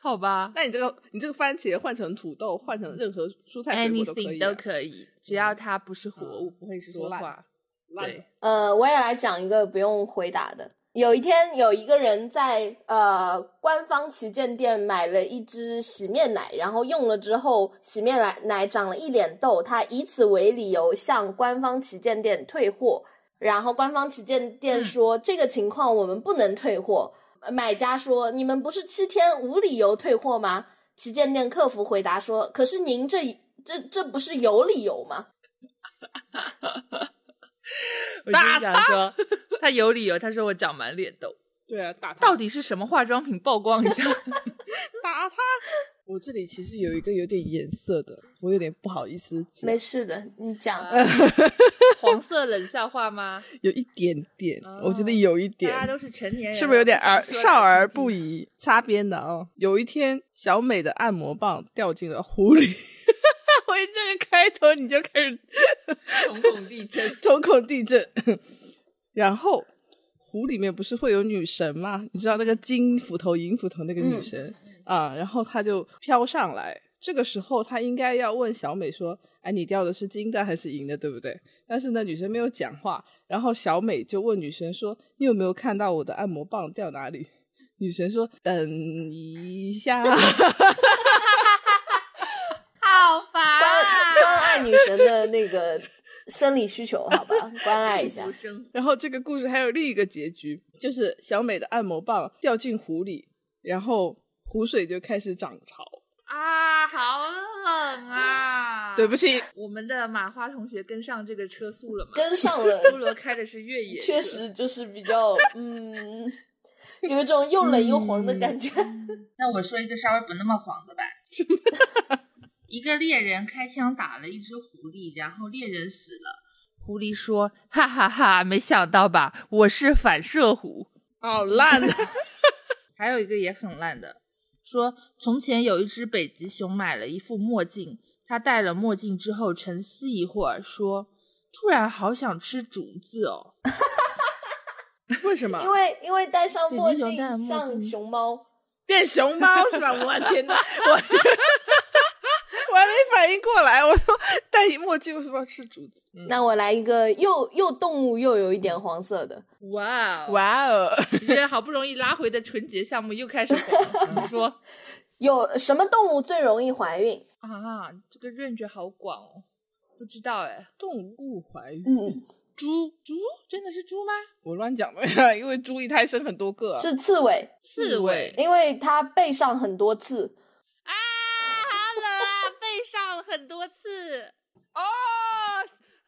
Speaker 3: 好 (laughs) 吧
Speaker 2: 那你这个你这个番茄换成土豆，换成任何蔬菜水果都可以、
Speaker 3: ，anything 都
Speaker 2: 啊，嗯
Speaker 3: 可以，只要它不是活物，不会
Speaker 2: 说
Speaker 3: 说
Speaker 2: 烂 (laughs)
Speaker 3: 话。
Speaker 2: 烂
Speaker 3: 对
Speaker 2: 的
Speaker 4: 呃，我也来讲一个不用回答的。有一天，有一个人在呃官方旗舰店买了一支洗面奶，然后用了之后，洗面奶奶长了一脸痘，他以此为理由向官方旗舰店退货。然后官方旗舰店说、这个情况我们不能退货。呃买家说你们不是七天无理由退货吗？旗舰店客服回答说：“可是您这这这不是有理由吗？”
Speaker 3: 我
Speaker 2: 打
Speaker 3: 就想说，
Speaker 2: (laughs)
Speaker 3: 他有理由，他说我长满脸痘，
Speaker 2: 对啊，打他
Speaker 3: 到底是什么化妆品？曝光一下。 (laughs)
Speaker 2: 打他。我这里其实有一个有点颜色的，我有点不好意思讲，
Speaker 4: 没事的，你讲。
Speaker 3: 呃黄色冷笑话吗？
Speaker 2: 有一点点，
Speaker 3: 哦
Speaker 2: 我觉得有一
Speaker 3: 大
Speaker 2: 点，
Speaker 3: 家都是成年人了，
Speaker 2: 是不是有点儿
Speaker 3: 说来
Speaker 2: 少儿
Speaker 3: 听听
Speaker 2: 不宜？擦边的哦。有一天，小美的按摩棒掉进了湖里。 (laughs) 我一这个开头你就开始
Speaker 3: 瞳孔
Speaker 2: (laughs)
Speaker 3: 地震？
Speaker 2: 瞳孔地震，然后湖里面不是会有女神吗？你知道那个金斧头、银斧头那个女神、啊，然后她就飘上来。这个时候，她应该要问小美说：“哎，你掉的是金的还是银的，对不对？”但是呢，女生没有讲话，然后小美就问女神说：“你有没有看到我的按摩棒掉哪里？”女神说：“等一下。” (laughs)
Speaker 3: 好烦
Speaker 4: 关
Speaker 3: 啊！
Speaker 4: 关爱女神的那 (laughs) 个生理需求，好吧，关爱一下
Speaker 3: 幸福。生活
Speaker 2: 然后这个故事还有另一个结局，就是小美的按摩棒掉进湖里，然后湖水就开始涨潮。
Speaker 3: 啊，好冷啊！
Speaker 2: 对不起，
Speaker 3: 我们的马花同学跟上这个车速了吗？
Speaker 4: (laughs) 跟上了，
Speaker 3: 菠萝开的是越野车，
Speaker 4: (laughs) 确实就是比较，嗯，有一种又冷又黄的感觉。
Speaker 3: 那我说一个稍微不那么黄的吧。一个猎人开枪打了一只狐狸，然后猎人死了。狐狸说：“哈哈哈没想到吧，我是反射弧。
Speaker 2: 好烂的，”
Speaker 3: (laughs) 还有一个也很烂的，说从前有一只北极熊买了一副墨镜，它戴了墨镜之后沉思一会儿，说：“突然好想吃竹子哦。
Speaker 2: 为什么？
Speaker 4: 因为因为戴上墨
Speaker 3: 对你有戴
Speaker 4: 镜
Speaker 3: 墨镜
Speaker 4: 像熊猫，
Speaker 2: 变熊猫是吧？我的天哪，我我还没反应过来，我说戴墨镜为什么要吃竹子？
Speaker 4: 那我来一个又又动物又有一点黄色的。”
Speaker 3: 哇哦！
Speaker 2: 哇哦，
Speaker 3: 你这好不容易拉回的纯洁项目又开始黄了，你 (laughs) 说。
Speaker 4: 有什么动物最容易怀孕？
Speaker 3: 啊，这个 range 好广哦，不知道哎，
Speaker 2: (laughs) 动物怀孕，
Speaker 4: 嗯，
Speaker 3: 猪猪真的是猪吗？
Speaker 2: 我乱讲的呀，因为猪一胎生很多个啊，
Speaker 4: 嗯是刺猬，
Speaker 3: 刺猬
Speaker 4: 因为它背上很多刺。
Speaker 3: 啊，好冷啊，背上了很多刺，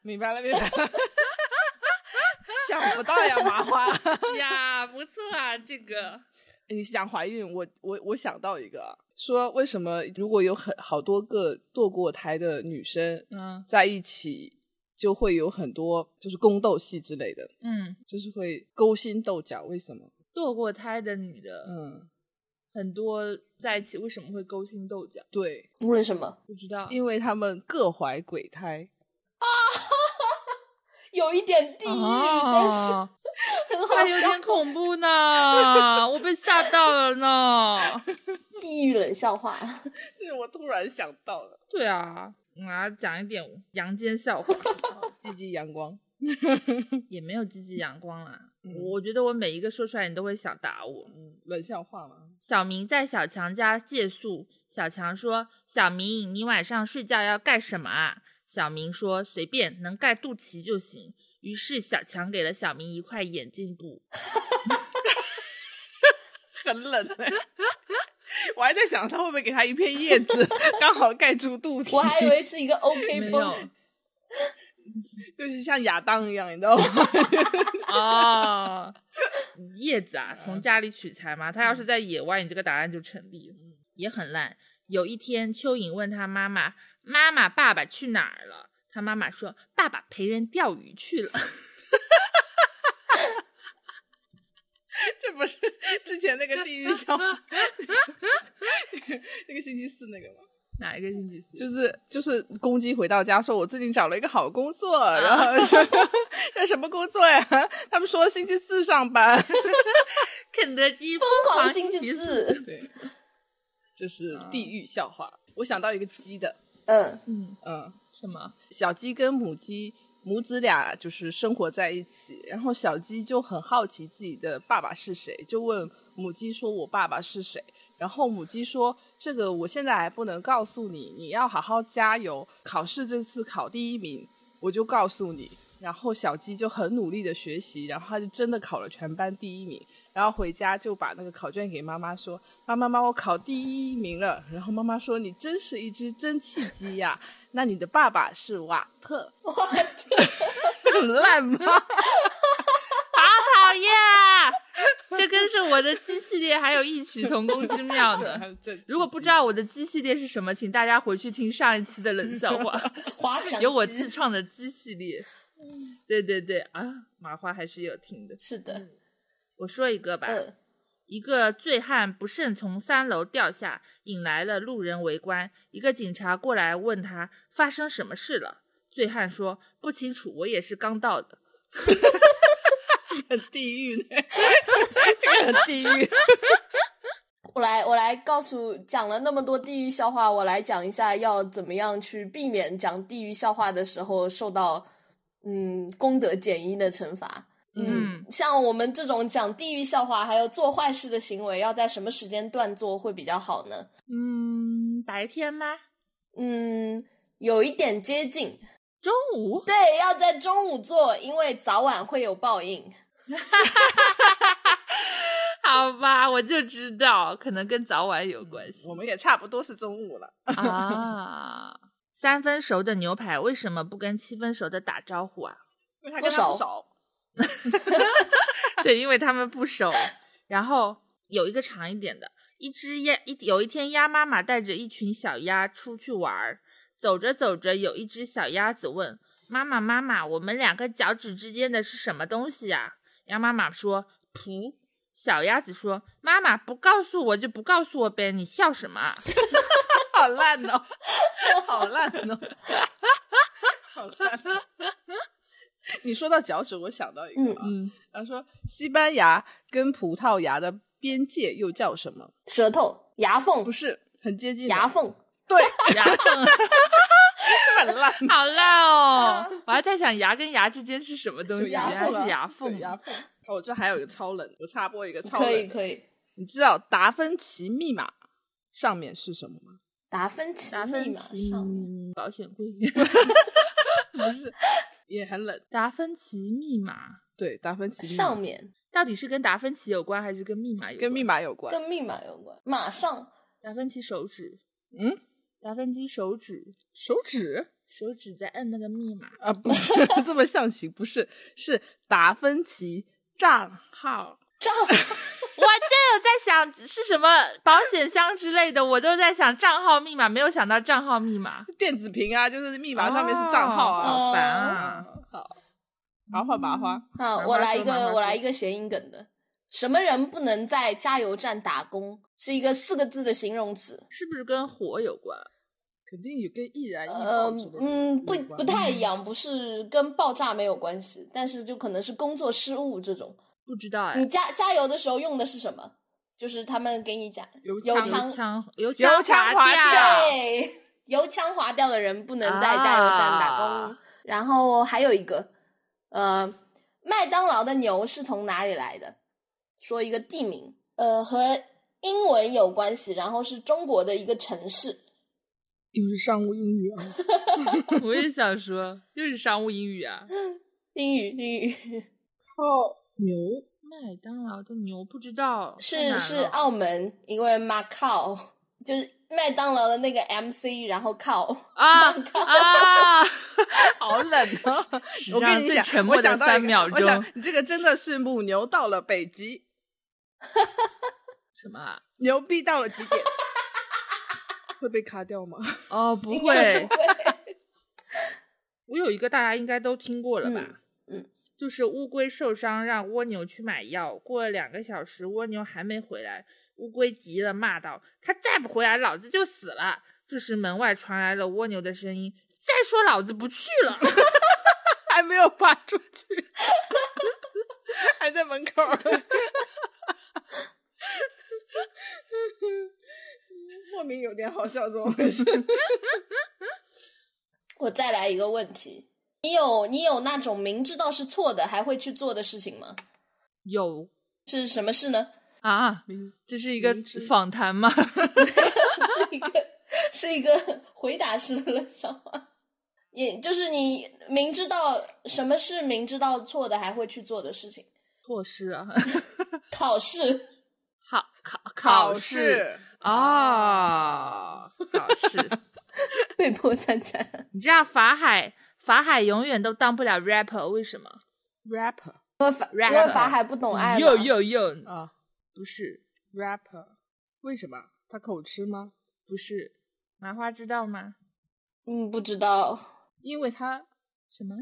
Speaker 2: 明白了，明白了。 (laughs) 想不到呀，麻花。
Speaker 3: 呀，不错啊，这个
Speaker 2: 你想怀孕，我我我想到一个啊，说为什么如果有很好多个堕过胎的女生
Speaker 3: 嗯
Speaker 2: 在一起，就会有很多就是宫斗戏之类的，
Speaker 3: 嗯，
Speaker 2: 就是会勾心斗角，为什么？
Speaker 3: 堕过胎的女的、
Speaker 2: 嗯，
Speaker 3: 很多在一起为什么会勾心斗角？
Speaker 2: 对，
Speaker 4: 为什么？
Speaker 3: 不知道，
Speaker 2: 因为他们各怀鬼胎， (laughs)
Speaker 4: 有一点
Speaker 3: 哎
Speaker 4: 地狱，但是
Speaker 3: 啊，
Speaker 4: 很好
Speaker 3: 那有
Speaker 4: 笑。
Speaker 3: 点恐怖呢，我被吓到了呢。 (laughs)
Speaker 4: 地狱冷笑话。
Speaker 2: 这是我突然想到 (laughs) 的。
Speaker 3: 对啊，我要讲一点阳间笑话。
Speaker 2: 积极阳光，
Speaker 3: 也没有积极阳光啦。
Speaker 2: 嗯
Speaker 3: 我觉得我每一个说出来，你都会想打我。
Speaker 2: 嗯，冷笑话嘛， (laughs)
Speaker 3: 小明在小强家借宿，小强说：“小明，你晚上睡觉要盖什么啊？”小明说：“随便，能盖肚脐就行。”于是小强给了小明一块眼镜布。
Speaker 2: 很冷、欸。 (laughs) 我还在想他会不会给他一片叶子， (laughs) 刚好盖住肚皮
Speaker 4: 我，还以为是
Speaker 3: (laughs)
Speaker 4: 一个
Speaker 3: 没
Speaker 4: OK 绷 (laughs)
Speaker 3: 有，
Speaker 2: (laughs) 就是像亚当一样，你知道吗？
Speaker 3: (laughs) 哦，叶子啊，从家里取材嘛。他要是在野外，你这个答案就成立了，也很烂。有一天，蚯蚓问他妈妈：“妈妈，爸爸去哪儿了？”他妈妈说：“爸爸陪人钓鱼去了。
Speaker 2: 这不之前那个地
Speaker 3: (laughs)
Speaker 2: 狱笑话，那个星期四那个吗？
Speaker 3: (laughs) 哪一个星期四？
Speaker 2: 就是就是公鸡回到家说，我最近找了一个好工作，然后说 (laughs) 那什么工作呀？他们说星期四上班，
Speaker 3: (laughs)
Speaker 2: (laughs)
Speaker 3: 肯德基疯
Speaker 4: 疯狂
Speaker 3: 狂
Speaker 4: 星期
Speaker 3: 期，
Speaker 4: 四，
Speaker 2: 对，就是地狱笑话。我想到一个鸡的，
Speaker 3: (laughs)
Speaker 4: 嗯，
Speaker 3: 嗯，
Speaker 2: 嗯，
Speaker 3: 什么？
Speaker 2: 小鸡跟母鸡母子俩就是生活在一起，然后小鸡就很好奇自己的爸爸是谁，就问母鸡说：“我爸爸是谁？”然后母鸡说：“这个我现在还不能告诉你，你要好好加油，考试这次考第一名，我就告诉你。”然后小鸡就很努力的学习，然后他就真的考了全班第一名。然后回家就把那个考卷给妈妈说：“妈妈妈，我考第一名了。”然后妈妈说：“你真是一只蒸汽鸡呀、那你的爸爸是 (laughs) 瓦特，很烂吗？ (laughs)
Speaker 3: 好讨厌啊！这跟是我的鸡系列还有异曲同工之妙
Speaker 2: (laughs)
Speaker 3: 呢。如果不知道我的鸡系列是什么，请大家回去听上一期的冷笑话，
Speaker 4: 滑翔
Speaker 3: 有我
Speaker 4: 机
Speaker 3: 自创的鸡系列。对对对啊，麻花还是有听的。
Speaker 4: 是的，
Speaker 3: 我说一个吧，
Speaker 4: 嗯，
Speaker 3: 一个醉汉不慎从三楼掉下，引来了路人围观。一个警察过来问他发生什么事了，醉汉说不清楚，我也是刚到的。
Speaker 2: 很地狱呢，这个很地狱。
Speaker 4: 我来我来告诉讲了那么多地狱笑话，我来讲一下要怎么样去避免讲地狱笑话的时候受到嗯功德减一的惩罚。
Speaker 3: 嗯
Speaker 4: 像我们这种讲地狱笑话，还有做坏事的行为，要在什么时间段做会比较好呢？
Speaker 3: 嗯，白天吗？
Speaker 4: 嗯，有一点接近，
Speaker 3: 中
Speaker 4: (laughs)
Speaker 3: 午？ (laughs)
Speaker 4: 对，要在中午做，因为早晚会有报应。
Speaker 3: 好吧，我就知道，可能跟早晚有关系
Speaker 2: (laughs) 嗯我们也差不多是中午了，
Speaker 3: 啊。三分熟的牛排为什么不跟七分熟的打招呼啊？
Speaker 2: 因为他跟他不熟，
Speaker 3: 对，因为他们不熟。然后有一个长一点的，一只鸭，一有一天鸭妈妈带着一群小鸭出去玩儿，走着走着，有一只小鸭子问妈妈：“妈妈，我们两个脚趾之间的是什么东西呀、鸭妈妈说：“噗。”小鸭子说：“妈妈不告诉我就不告诉我呗，你笑什么啊？”
Speaker 2: 好烂哦，好烂哦，好烂哦。 (laughs) 你说到脚趾，我想到一个啊，
Speaker 3: 嗯，
Speaker 2: 他、说西班牙跟葡萄牙的边界又叫什么？
Speaker 4: 舌头、牙缝
Speaker 2: 不、是很接近的
Speaker 4: 牙，缝，
Speaker 3: 牙缝
Speaker 2: 很烂，
Speaker 3: 好烂哦！我还在想牙跟牙之间是什么东西，
Speaker 2: 牙
Speaker 3: 原来
Speaker 2: 缝啊
Speaker 3: 是牙
Speaker 2: 对
Speaker 3: 缝。
Speaker 2: 牙缝。哦，这还有一个超冷，我插播一个超冷
Speaker 4: 可
Speaker 2: 的，
Speaker 4: 以可以。
Speaker 2: 你知道达芬奇密码上面是什么吗？
Speaker 4: 达芬奇
Speaker 3: 达
Speaker 4: 密
Speaker 3: 芬
Speaker 4: 码
Speaker 3: 奇
Speaker 4: 上面，
Speaker 3: 保险柜。
Speaker 2: 不是，也很冷。
Speaker 3: 达芬奇密码
Speaker 2: 对，达芬奇密码
Speaker 4: 上面
Speaker 3: 到底是跟达芬奇有关，还是跟密码有关？
Speaker 2: 跟密。码有关。
Speaker 4: 跟密码有关，马上
Speaker 3: 达芬奇手指，
Speaker 2: 嗯，
Speaker 3: 达芬奇手指，
Speaker 2: 手指
Speaker 3: 手指在摁那个密码。
Speaker 2: 啊，不是 (laughs) 这么象棋，不是，是达芬奇账号。
Speaker 4: 账
Speaker 3: 我就有在想是什么保险箱之类的，我都在想账号密码，没有想到账号密码。
Speaker 2: 电子屏啊，就是密码上面是账号
Speaker 3: 哦
Speaker 2: 啊。
Speaker 3: 好烦
Speaker 2: 啊
Speaker 3: 啊！
Speaker 4: 哦
Speaker 2: 好，麻花麻花，
Speaker 4: 好，
Speaker 3: 妈
Speaker 4: 我
Speaker 3: 妈
Speaker 4: 来一
Speaker 3: 说妈妈
Speaker 4: 个，我
Speaker 3: 说
Speaker 4: 来一个谐音梗的。什么人不能在加油站打工？是一个四个字的形容词。
Speaker 3: 是不是跟火有关？
Speaker 2: 肯定有跟易燃易
Speaker 4: 呃
Speaker 2: 爆之类的
Speaker 4: 嗯，不
Speaker 2: 有关
Speaker 4: 不太一样，不是跟爆炸没有关系，但是就可能是工作失误这种。
Speaker 3: 不知道
Speaker 4: 你
Speaker 3: 哎。
Speaker 4: 加加油的时候用的是什么？就是他们给你加
Speaker 2: 油
Speaker 4: 油
Speaker 2: 枪
Speaker 4: 枪，
Speaker 3: 枪油
Speaker 2: 油枪
Speaker 3: 枪
Speaker 2: 滑
Speaker 3: 掉
Speaker 2: 掉，
Speaker 4: 对，油腔滑调的人不能在加油站打工。
Speaker 3: 啊
Speaker 4: 然后还有一个，呃，麦当劳的牛是从哪里来的？说一个地名，呃，和英文有关系，然后是中国的一个城市。
Speaker 2: 又是商务英语啊。
Speaker 3: 我也想说，又是商务英语啊。
Speaker 4: 英语，英语
Speaker 3: 哦
Speaker 2: 靠
Speaker 3: (laughs)
Speaker 2: 牛，
Speaker 3: 麦当劳的牛不知道太难
Speaker 4: 是
Speaker 3: 了
Speaker 4: 是澳门，因为 Macau 就是麦当劳的那个 MC，然后 cow。 (laughs)
Speaker 3: 啊啊！
Speaker 2: 好冷啊！
Speaker 3: 史
Speaker 2: (laughs) 我
Speaker 3: 上
Speaker 2: 跟你
Speaker 3: 最
Speaker 2: 讲，
Speaker 3: 沉
Speaker 2: 我
Speaker 3: 默的
Speaker 2: 想到一
Speaker 3: 三
Speaker 2: 个
Speaker 3: 秒
Speaker 2: 我想
Speaker 3: 钟，
Speaker 2: 你这个真的是母牛到了北极，
Speaker 3: 什么啊？
Speaker 2: 牛逼到了极点，会被卡掉吗？ (laughs)
Speaker 3: 哦，不
Speaker 4: 应该
Speaker 3: 会 (laughs)
Speaker 4: 不，会，
Speaker 3: 我有一个大家应该都听过了吧？
Speaker 4: 嗯嗯
Speaker 3: 就是乌龟受伤让蜗牛去买药，过了两个小时，蜗牛还没回来，乌龟急了，骂道：“他再不回来，老子就死了！”这时门外传来了蜗牛的声音：“再说老子不去了。”
Speaker 2: 还没有爬出去， (laughs) 还在门口。 (laughs) 莫名有点好笑，怎么 (laughs) 回事？
Speaker 4: 我再来一个问题：你有你有那种明知道是错的还会去做的事情吗？
Speaker 3: (laughs) 有
Speaker 4: 是什么事呢？
Speaker 3: 啊，这是一个访谈吗？
Speaker 4: 是一个是一个回答式的笑话，也就是你明知道什么是明知道错的还会去做的事情。
Speaker 3: 措施啊， (laughs)
Speaker 4: 考试，
Speaker 3: 考考考试啊，考试。
Speaker 4: 被迫参加。
Speaker 3: 你知道法海，法海永远都当不了 rapper，为什么
Speaker 2: (laughs) ？rapper，
Speaker 4: 因为法因为法海不懂爱。
Speaker 3: 又又又
Speaker 2: (laughs) 啊，
Speaker 3: 不是
Speaker 2: rapper，为什么？他口吃吗？
Speaker 3: 不是，麻花知道吗？
Speaker 4: 嗯，不知道，
Speaker 2: 因为他
Speaker 3: 什么？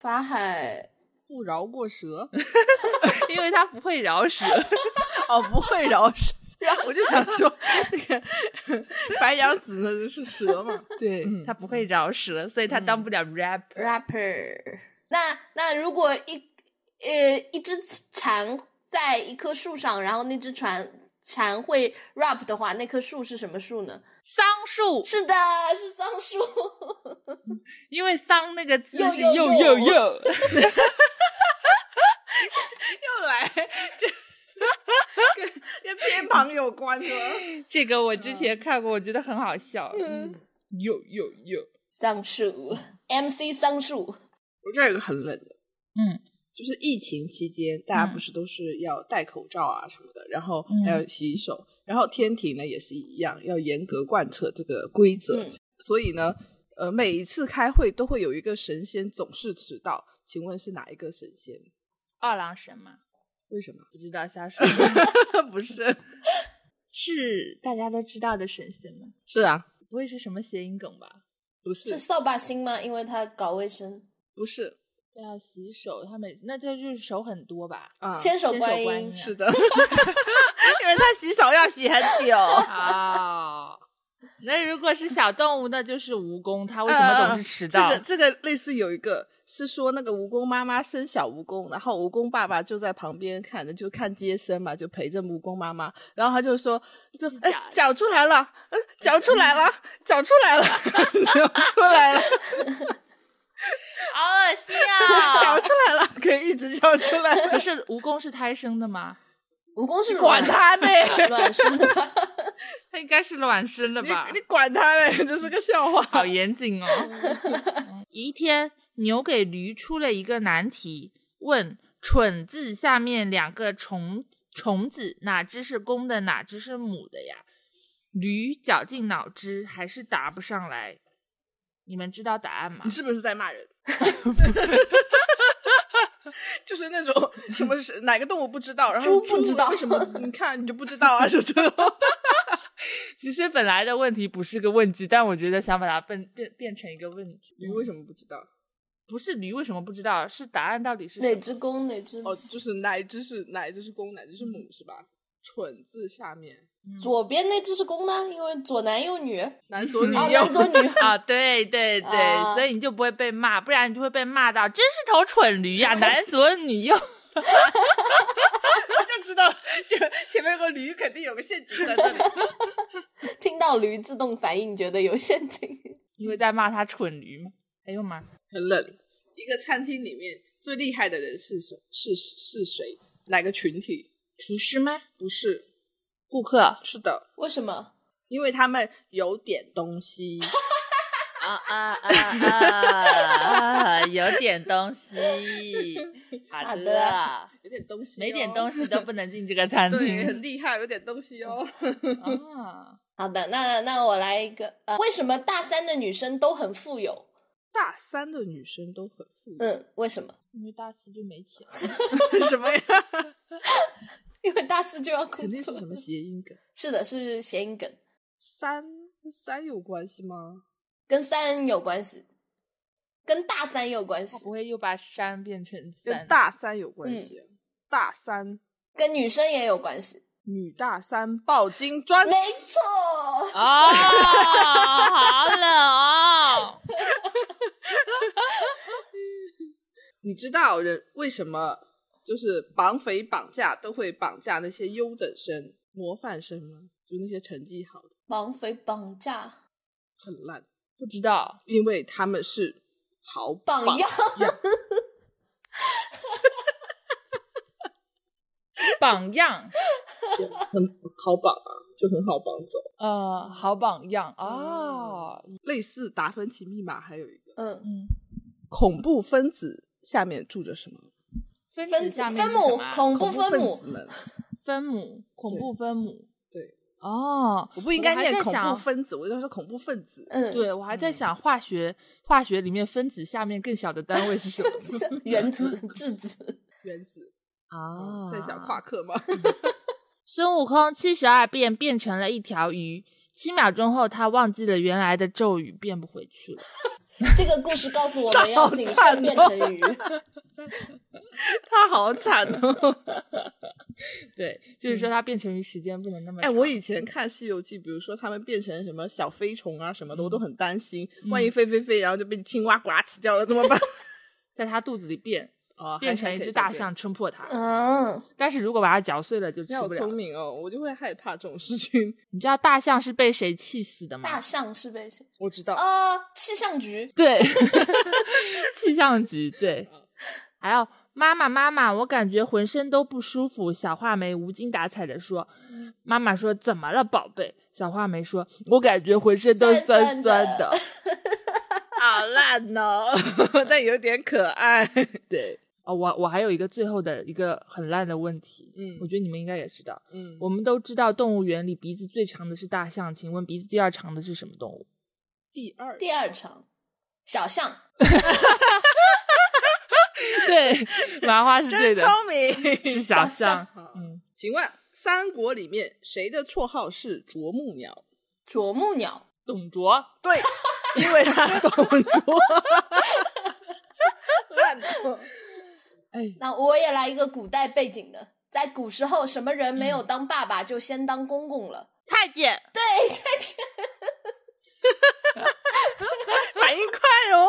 Speaker 4: 法海
Speaker 2: 不饶过蛇，
Speaker 3: (laughs) 因为他不会饶 (laughs) 舌。
Speaker 2: 哦，不会饶 (laughs) 舌。然后我就想说，那个白杨紫呢就是蛇嘛，
Speaker 3: (laughs) 对、嗯、他嗯不会饶舌，所以他当不了 rapper。
Speaker 4: rapper。那那如果一呃一只蝉在一棵树上，然后那只蝉蝉会 rap 的话，那棵树是什么树呢？
Speaker 3: 桑树。
Speaker 4: 是的，是桑树。 (laughs)
Speaker 3: 因为桑那个字是
Speaker 4: 又
Speaker 3: 又又，
Speaker 2: 又来这。跟跟偏旁有关的，
Speaker 3: 这个我之
Speaker 4: 嗯
Speaker 3: 前看过，我觉得很好笑。嗯
Speaker 2: 有有有，
Speaker 4: 桑树，MC 桑树。
Speaker 2: 我这儿有个很冷的，
Speaker 3: 嗯，
Speaker 2: 就是疫情期间，大家不是都是要戴口罩啊什么的，嗯、然后还要洗手，然后天庭呢也是一样，要严格贯彻这个规则。
Speaker 4: 嗯、
Speaker 2: 所以呢，呃，每一次开会都会有一个神仙总是迟到，请问是哪一个神仙？
Speaker 3: 二郎神吗？
Speaker 2: 为什么
Speaker 3: 不知道瞎 (laughs) 说？
Speaker 2: 不是，
Speaker 3: 是大家都知道的神仙吗？
Speaker 2: 是啊，
Speaker 3: 不会是什么谐音梗吧？
Speaker 2: 不是，
Speaker 4: 是扫把星吗？因为他搞卫生。
Speaker 2: 不是，
Speaker 3: 要洗手，他每那这就是手很多吧？
Speaker 2: 啊，
Speaker 4: 千手
Speaker 3: 观
Speaker 4: 音、
Speaker 3: 啊、
Speaker 4: (laughs)
Speaker 2: 是的，因为他洗手要洗很久
Speaker 3: 啊。oh. 那如果是小动物，那就是蜈蚣，它为什么总是迟到？
Speaker 2: 呃、这个这个类似有一个是说那个蜈蚣妈妈生小蜈蚣，然后蜈蚣爸爸就在旁边看着，就看接生嘛，就陪着蜈蚣妈妈，然后他就说：“就哎，脚出来了，脚出来了，脚出来了，脚出来
Speaker 3: (laughs)
Speaker 2: 了。”
Speaker 3: 好恶心 (laughs) 啊！
Speaker 2: 脚出来了，可以一直叫出来。
Speaker 3: 可是蜈蚣是胎生的吗？
Speaker 4: 蜈蚣是
Speaker 2: 管他呢，
Speaker 4: 卵生
Speaker 2: (laughs)
Speaker 4: 的，
Speaker 3: 他应该是卵生的吧？
Speaker 2: 你你管他嘞，这是个
Speaker 3: (laughs)
Speaker 2: 笑话，
Speaker 3: 好严谨哦。一天，牛给驴出了一个难题，问“蠢”字下面两个虫虫子，哪只是公的，哪只是母的呀？驴绞尽脑汁，还是答不上来。你们知道答案吗？
Speaker 2: 你是不是在骂 (laughs) 人？就是那种什么是哪个动物不知道，然后
Speaker 4: 猪不知道
Speaker 2: 为什么？你看你就不知道啊，就这种。
Speaker 3: (laughs) 其实本来的问题不是个问句，但我觉得想把它变变变成一个问句。
Speaker 2: 驴为什么不知道？
Speaker 3: 不是驴为什么不知道，是答案到底是
Speaker 4: 哪只公哪只
Speaker 2: 哦，就是哪只是哪只是公，哪只是母是吧？蠢字下面。
Speaker 4: 左边那只是公呢，因为左男右女，
Speaker 2: 哦男左女右，
Speaker 4: 男左女
Speaker 3: (laughs) 啊，对对对，所以你就不会被骂，不然你就会被骂到真是头蠢驴呀，男左女右。 (laughs)
Speaker 2: 我就知道，就前面有个驴，肯定有个陷阱在这里。
Speaker 4: 听到驴自动反应，觉得有陷阱，
Speaker 3: 因为在骂他蠢驴嘛。还有吗？
Speaker 2: (laughs)
Speaker 3: 哎
Speaker 2: 很冷。一个餐厅里面最厉害的人是谁？是是谁？哪个群体？
Speaker 3: 厨师吗？
Speaker 2: 不是。
Speaker 3: 顾客
Speaker 2: 是的，
Speaker 4: 为什么？
Speaker 2: 因为他们有点东西。
Speaker 3: 啊啊啊啊！有点东 (laughs) 西，
Speaker 4: 好
Speaker 3: 的，
Speaker 2: 有点东西，
Speaker 3: 没点东西都不能进这个餐
Speaker 2: 厅，很厉害，有点东西哦。
Speaker 3: 嗯 (laughs) 啊，
Speaker 4: 好的，那那我来一个，呃，为什么大三的女生都很富有？
Speaker 2: 大三的女生都很富有，
Speaker 4: 嗯，为什么？
Speaker 3: 因为大四就没钱。
Speaker 2: (laughs) 什
Speaker 3: (laughs)
Speaker 2: 么呀？
Speaker 4: 因为大四就要哭，
Speaker 2: 肯定是什么谐音梗？
Speaker 4: 是的，是谐音梗。
Speaker 2: 三跟三有关系吗？
Speaker 4: 跟三有关系。跟大三也有关系
Speaker 3: 会，不会又把山变成
Speaker 2: 跟
Speaker 3: 三？ (laughs) 嗯
Speaker 2: 大三有关系，大三
Speaker 4: 跟女生也有关系。
Speaker 2: 女大三抱金砖
Speaker 4: 没，
Speaker 3: 嗯
Speaker 4: 错，
Speaker 3: 哦，好冷哦！
Speaker 2: 你知道人为什么就是绑匪绑架都会绑架那些优等生、模范生吗？就那些成绩好的，
Speaker 4: 绑匪绑架
Speaker 2: 很烂，
Speaker 3: 不知道，
Speaker 2: 因为他们是好
Speaker 4: 榜
Speaker 2: 榜
Speaker 4: 样，
Speaker 3: 榜样，
Speaker 2: (laughs) 很好绑啊，就很好绑走。
Speaker 3: 呃，好榜样啊！
Speaker 2: 类似达芬奇密码，还有一个
Speaker 4: 嗯，
Speaker 3: 嗯，
Speaker 2: 恐怖分子下面住着什么？
Speaker 3: 分
Speaker 4: 分
Speaker 3: 子
Speaker 4: 子
Speaker 3: 下面
Speaker 4: 分
Speaker 3: 是什
Speaker 4: 母
Speaker 3: 么啊
Speaker 4: 恐
Speaker 2: 恐
Speaker 4: 怖
Speaker 2: 怖
Speaker 4: 分
Speaker 2: 分
Speaker 4: 母
Speaker 2: 子们，
Speaker 3: 分母，恐怖分母，
Speaker 2: 对，
Speaker 3: 哦，
Speaker 2: 我不应该
Speaker 3: 我还在
Speaker 2: 念恐怖
Speaker 3: 想
Speaker 2: 分子，我就说恐怖分子。
Speaker 4: 嗯，，
Speaker 3: 对我还在想化学，化学里面分子下面更小的单位是什么 (laughs)
Speaker 4: 原子质子， (laughs)
Speaker 2: 原子
Speaker 3: 啊
Speaker 2: 在想夸
Speaker 3: (laughs)
Speaker 2: 克吗？
Speaker 3: 孙悟空七十二变变成了一条鱼，七秒钟后他忘记了原来的咒语，变不回去了。
Speaker 4: 这个故事告诉我们要谨慎变成
Speaker 3: (laughs)
Speaker 4: 鱼。嗯
Speaker 2: 他好惨哦！
Speaker 3: (laughs) 对，就是说他变成鱼时间不能那么
Speaker 2: 哎，
Speaker 3: 长。
Speaker 2: 我以前看《西游记》，比如说他们变成什么小飞虫啊什么的，
Speaker 3: 嗯
Speaker 2: 我都很担心，万一飞飞飞，然后就被青蛙刮死掉了怎么办？ (laughs)
Speaker 3: 在他肚子里变
Speaker 2: 哦
Speaker 3: 变成一只大，象撑破它，
Speaker 4: 嗯，
Speaker 3: 但是如果把它嚼碎了就吃
Speaker 2: 你好
Speaker 3: 不了
Speaker 2: 聪
Speaker 3: 了。
Speaker 2: 明哦，我就会害怕这种事情。
Speaker 3: 你知道大象是被谁气死的
Speaker 4: 大
Speaker 3: 吗？
Speaker 4: 象是被谁？
Speaker 2: 我知
Speaker 3: 哦
Speaker 2: 道，
Speaker 4: 呃，气象局。
Speaker 3: 对， (laughs) 气象局对，
Speaker 4: 嗯
Speaker 3: 还有。妈妈，妈妈，我感觉浑身都不舒服。小画眉无精打采的说：“
Speaker 4: 嗯
Speaker 3: 妈妈说怎么了，宝贝？”小画眉说：“我感觉浑身都
Speaker 4: 酸
Speaker 3: 酸
Speaker 4: 酸
Speaker 3: 酸
Speaker 4: 的
Speaker 3: 的。”
Speaker 2: 好烂哦， (laughs) 但有点可爱。 (laughs)
Speaker 3: 对，哦，我我还有一个最后的一个很烂的问题，
Speaker 2: 嗯
Speaker 3: 我觉得你们应该也知道，
Speaker 2: 嗯，
Speaker 3: 我们都知道动物园里鼻子最长的是大象，请问鼻子第二长的是什么动
Speaker 4: (laughs)
Speaker 3: 物？
Speaker 2: 第二
Speaker 4: 第二场，小象。
Speaker 3: 对，麻花是对的，
Speaker 2: 明。
Speaker 3: 是小
Speaker 4: 小象
Speaker 3: 象。嗯，
Speaker 2: 请问三国里面谁的绰号是啄木 (laughs) 鸟？
Speaker 4: 啄木鸟，
Speaker 3: 董卓，
Speaker 2: 对，因为他董卓。烂透
Speaker 3: 哎，
Speaker 4: 那我也来一个古代背景的，在古时候，什么人没有
Speaker 3: 嗯
Speaker 4: 当爸爸就先当公公了？
Speaker 3: 太监，
Speaker 4: 对，这是
Speaker 2: (laughs) 反应快 (laughs) 哦，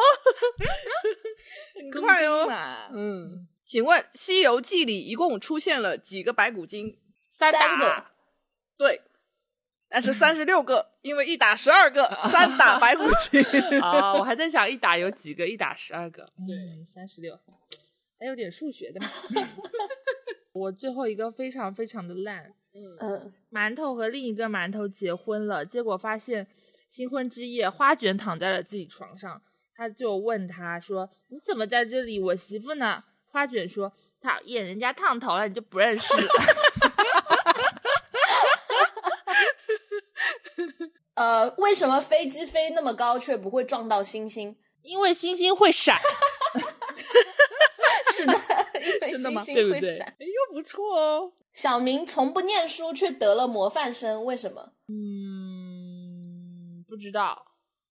Speaker 2: 很
Speaker 3: 更
Speaker 2: 快
Speaker 3: 新
Speaker 2: 哦。
Speaker 3: 嘛
Speaker 2: 嗯，请问《西游记》里一共出现了几个白骨精？
Speaker 3: 三
Speaker 4: 三个
Speaker 3: 打，
Speaker 2: 对，但 (laughs) 是三十六个，因为一打十二个，三 (laughs) 打白骨精。
Speaker 3: 啊、我还在想一打有几个，一打十二个，对，嗯三十六，还有点数学的嘛。 (laughs) 我最后一个非常非常的烂，
Speaker 4: 嗯，
Speaker 3: 馒头和另一个馒头结婚了，结果发现新婚之夜，花卷躺在了自己床上，他就问他说：“你怎么在这里？我媳妇呢？”花卷说：“讨厌，人家烫头了，你就不认识了。
Speaker 4: 呃，为什么飞机飞那么高却不会撞到星星？ (laughs)
Speaker 3: 因为星星会闪。
Speaker 4: 是的， (laughs) 因为
Speaker 2: 真的
Speaker 4: 星
Speaker 2: 吗
Speaker 4: 星
Speaker 3: 对
Speaker 4: 会
Speaker 3: 不对
Speaker 4: 闪。
Speaker 2: 哎又不错哦。
Speaker 4: 小明从不念书却得了模范生，为什么？”
Speaker 3: (laughs) 嗯，不知道，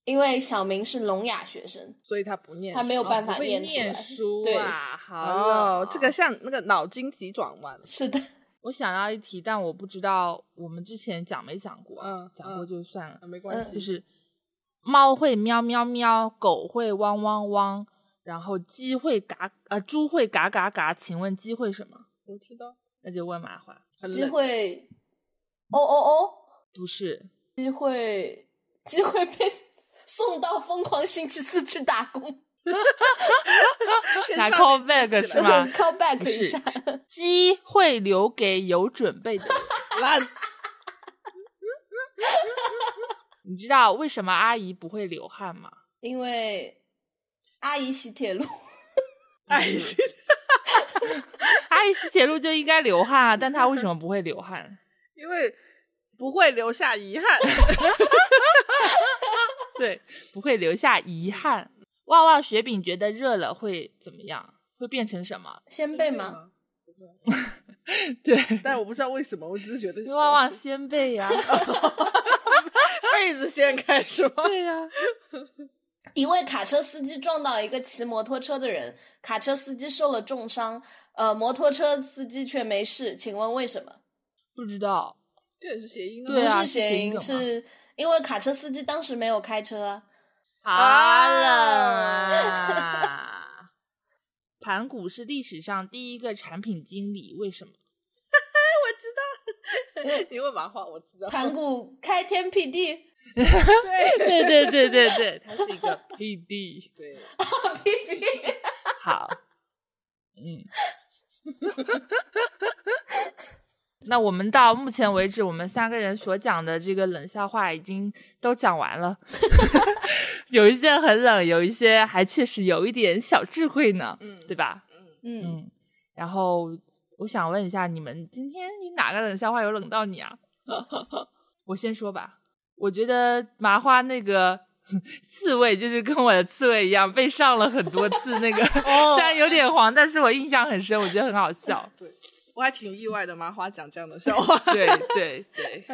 Speaker 4: 因为小明是聋哑学生，
Speaker 2: 所以他不念书，
Speaker 4: 他没有办法
Speaker 3: 不会
Speaker 4: 念出来。
Speaker 3: 念书
Speaker 4: 对
Speaker 3: 啊，好冷
Speaker 2: 哦，这个像那个脑筋急转弯，
Speaker 4: 是的，
Speaker 3: 我想到一题，但我不知道我们之前讲没讲过，
Speaker 2: 嗯
Speaker 3: 讲过
Speaker 2: 嗯
Speaker 3: 就算了。
Speaker 2: 啊没关系
Speaker 3: 就。是猫会喵喵喵，狗会汪汪汪，然后鸡会嘎呃猪会嘎嘎嘎，请问鸡会什么？
Speaker 2: 我知道，
Speaker 3: 那就问麻花，
Speaker 2: 很
Speaker 4: 机
Speaker 2: 冷。
Speaker 4: 会，哦哦哦，
Speaker 3: 不是
Speaker 4: 机会，机会被送到疯狂星期四去打工。
Speaker 2: 跟
Speaker 3: 打
Speaker 2: (laughs) 上
Speaker 3: call
Speaker 2: 面
Speaker 3: back
Speaker 2: 记
Speaker 3: (laughs)
Speaker 2: 起
Speaker 3: 是
Speaker 2: 来
Speaker 3: 吗
Speaker 2: (laughs)
Speaker 4: ？call
Speaker 3: 不
Speaker 4: back 一
Speaker 3: 是
Speaker 4: 下，，
Speaker 3: (laughs) 鸡会留给有准备的人。
Speaker 2: 烂
Speaker 3: 你知道为什么阿姨不会流汗吗？
Speaker 4: 因为阿姨洗铁路，
Speaker 2: 爱心，
Speaker 3: 阿姨洗铁路就应该流汗啊，但她为什么不会流汗？
Speaker 2: 因为不会留下遗憾。
Speaker 3: (laughs) 对，不会留下遗憾。嗯旺旺雪饼觉得热了会怎么样？会变成什么？
Speaker 4: 先辈吗？？
Speaker 2: (laughs)
Speaker 3: 对，
Speaker 2: 但我不知道为什么，我只是觉得
Speaker 3: 就旺旺先 (laughs) 辈呀、
Speaker 2: 被子掀开是吗？
Speaker 3: 对呀、
Speaker 4: 一位卡车司机撞到一个骑摩托车的人，卡车司机受了重伤，呃，摩托车梗司机却没事，请问为什么？
Speaker 3: 不知道，
Speaker 2: 这也是谐音啊。
Speaker 3: 对啊
Speaker 4: 不是谐
Speaker 3: 是谐音梗
Speaker 4: 音，
Speaker 3: 吗
Speaker 4: 是因为卡车司机当时没有开车啊。
Speaker 3: 好冷 (laughs) 啊！盘古是历史上第一个产品经理，为什么？
Speaker 2: 你问啊麻花，我知
Speaker 3: 呃
Speaker 2: (laughs) 道。
Speaker 4: 盘古开天辟地，
Speaker 2: 对
Speaker 3: 对对对对对，他是一个 (laughs)
Speaker 2: PD，对，
Speaker 4: 辟地。
Speaker 3: 好，嗯， (laughs) 那我们到目前为止，我们三个人所讲的这个冷笑话已经都讲完了， (laughs) 有一些很冷，有一些还确实有一点小智慧呢，
Speaker 2: 嗯
Speaker 3: 对吧？
Speaker 4: 嗯，
Speaker 3: 嗯，然后我想问一下，你们今天你哪个冷笑话有冷到你啊？ (laughs) 我先说吧，我觉得麻花那个 (laughs) 刺猬就是跟我的刺猬一样，被上了很多次那个，虽然有点黄，但是我印象很深，我觉得很好笑。
Speaker 2: 我还挺意外的，麻花讲这样的笑话，
Speaker 3: 对对对，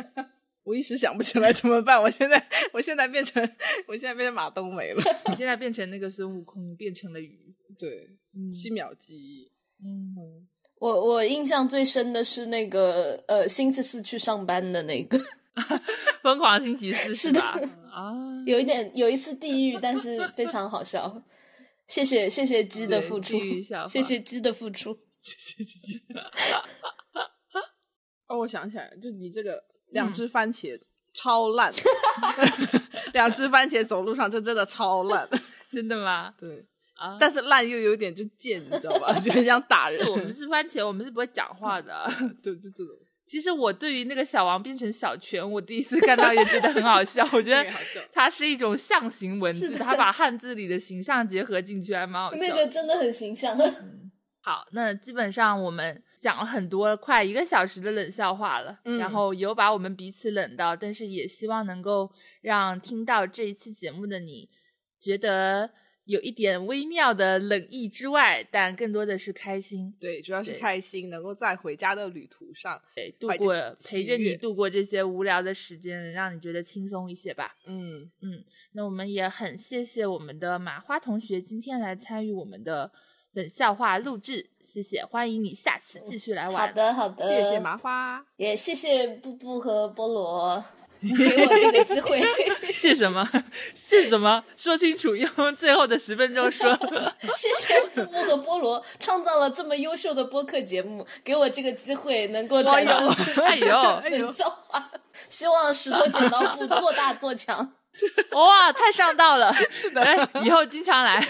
Speaker 2: 我一时想不起来怎么办。我现在，我现在变成，我现在变成马冬梅 (laughs) 了。
Speaker 3: 你现在变成那个孙悟空，变成了鱼。
Speaker 2: 对，
Speaker 3: 嗯
Speaker 2: 七秒记忆，
Speaker 3: 嗯，
Speaker 4: 我我印象最深的是那个呃，星期四去上班的那个，
Speaker 3: (laughs) 疯狂星期四是吧？啊，
Speaker 4: 有一
Speaker 3: (laughs)
Speaker 4: 点有一次地狱，但是非常好笑。谢谢谢谢鸡的
Speaker 3: 对
Speaker 4: 付
Speaker 3: 地
Speaker 4: 出
Speaker 3: 狱笑话，
Speaker 4: 谢谢鸡的付出。
Speaker 2: 哦，我想起来了，就你这个两只番茄、超烂， (laughs) 两只番茄走路上这真的超烂，
Speaker 3: 真的吗？ (laughs)
Speaker 2: (laughs) 对，
Speaker 3: 啊，
Speaker 2: 但是烂又有点就贱，你知道吧？ (laughs) 就很想打人，
Speaker 3: 我们是番茄，我们是不会讲话的。
Speaker 2: 对，就这种。
Speaker 3: 其实我对于那个小王变成小泉，我第一次看到也觉得很好笑。我
Speaker 2: (laughs)
Speaker 3: 觉得
Speaker 2: 也好笑
Speaker 3: 它是一种象形文字，它把汉字里的形象结合进去，还蛮好笑的。嗯
Speaker 4: 那个真的很形象，
Speaker 3: 好，那基本上我们讲了很多，快一个小时的冷笑话了，
Speaker 2: 嗯
Speaker 3: 然后有把我们彼此冷到，但是也希望能够让听到这一期节目的你觉得有一点微妙的冷意之外，但更多的是开心。
Speaker 2: 对，主要是
Speaker 3: 对
Speaker 2: 开心，能够在回家的旅途上，
Speaker 3: 对，度
Speaker 2: 怀着
Speaker 3: 过
Speaker 2: 喜
Speaker 3: 陪着你
Speaker 2: 悦
Speaker 3: 度过这些无聊的时间，让你觉得轻松一些吧。
Speaker 2: 嗯，
Speaker 3: 那我们也很谢谢我们的马花同学今天来参与我们的冷笑话录制，谢谢，欢迎你下次继续来玩。
Speaker 4: 嗯好，的好的，
Speaker 2: 谢谢麻花，
Speaker 4: 也谢谢布布和菠
Speaker 3: (laughs)
Speaker 4: 萝给我这个机会。
Speaker 3: 是什么？ (laughs) 是什么？说清楚，用最后的十分钟
Speaker 4: (laughs)
Speaker 3: 说。
Speaker 4: 谢谢布布和菠萝创造了这么优秀的播客节目，给我这个机会能
Speaker 3: (laughs)
Speaker 4: 够展示自
Speaker 3: 哎呦，
Speaker 4: 己的笑话。希望石头剪刀布做大做
Speaker 3: (laughs)
Speaker 4: 强。
Speaker 3: 哇，太上道了！是的，以后经常来。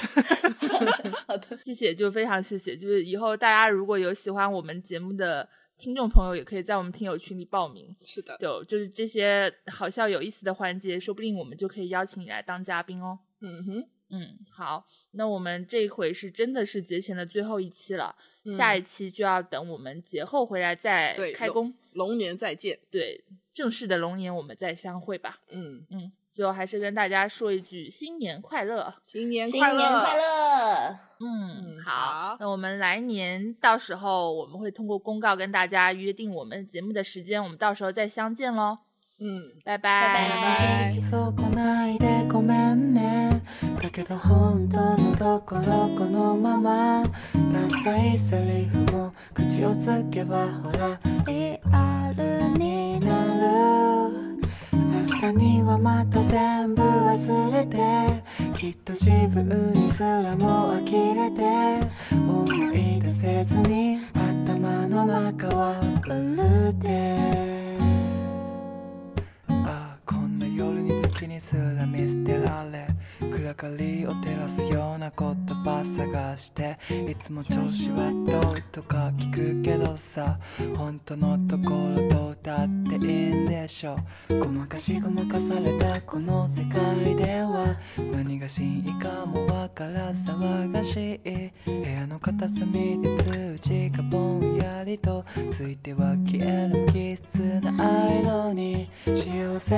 Speaker 4: 好的，
Speaker 3: 谢谢，就非常谢谢。就是以后大家如果有喜欢我们节目的听众朋友，也可以在我们听友群里报名。
Speaker 2: 是的，
Speaker 3: 就就是这些好笑有意思的环节，说不定我们就可以邀请你来当嘉宾哦。
Speaker 2: 嗯哼，
Speaker 3: 嗯，好，那我们这一回是真的是节前的最后一期了，下一期就要等我们节后回来再
Speaker 2: 对
Speaker 3: 开
Speaker 2: 有
Speaker 3: 工。
Speaker 2: 龙年再见，
Speaker 3: 对，正式的龙年我们再相会吧。
Speaker 2: 嗯，
Speaker 3: 嗯，最后还是跟大家说一句新年快乐。
Speaker 2: 新年
Speaker 4: 新
Speaker 2: 快
Speaker 4: 年
Speaker 2: 乐，
Speaker 4: 快乐！
Speaker 3: 嗯，
Speaker 2: 嗯
Speaker 3: 好
Speaker 2: 好，
Speaker 3: 那我们来年到时候我们会通过公告跟大家约定我们节目的时间，我们到时候再相见喽，
Speaker 2: 嗯，
Speaker 3: 拜拜
Speaker 4: 拜拜
Speaker 5: 出き損ないでごめんねだけど本当のところこのままダサいセリフも口をつけばほらリアルになる明日にはまた全部忘れてきっと自分にすらも呆れて思い出せずに頭の中は狂って
Speaker 6: ああこんな夜に月にすら見捨てられ暗がりを照らすような言葉探していつも調子はどうとか聞くけどさ本当のところどうだっていいんでしょうごまかしごまかされたこの世界では何が真意かもわからず騒がしい部屋の片隅で通知がぼんやりとついては消える気質な
Speaker 5: 愛のに幸せ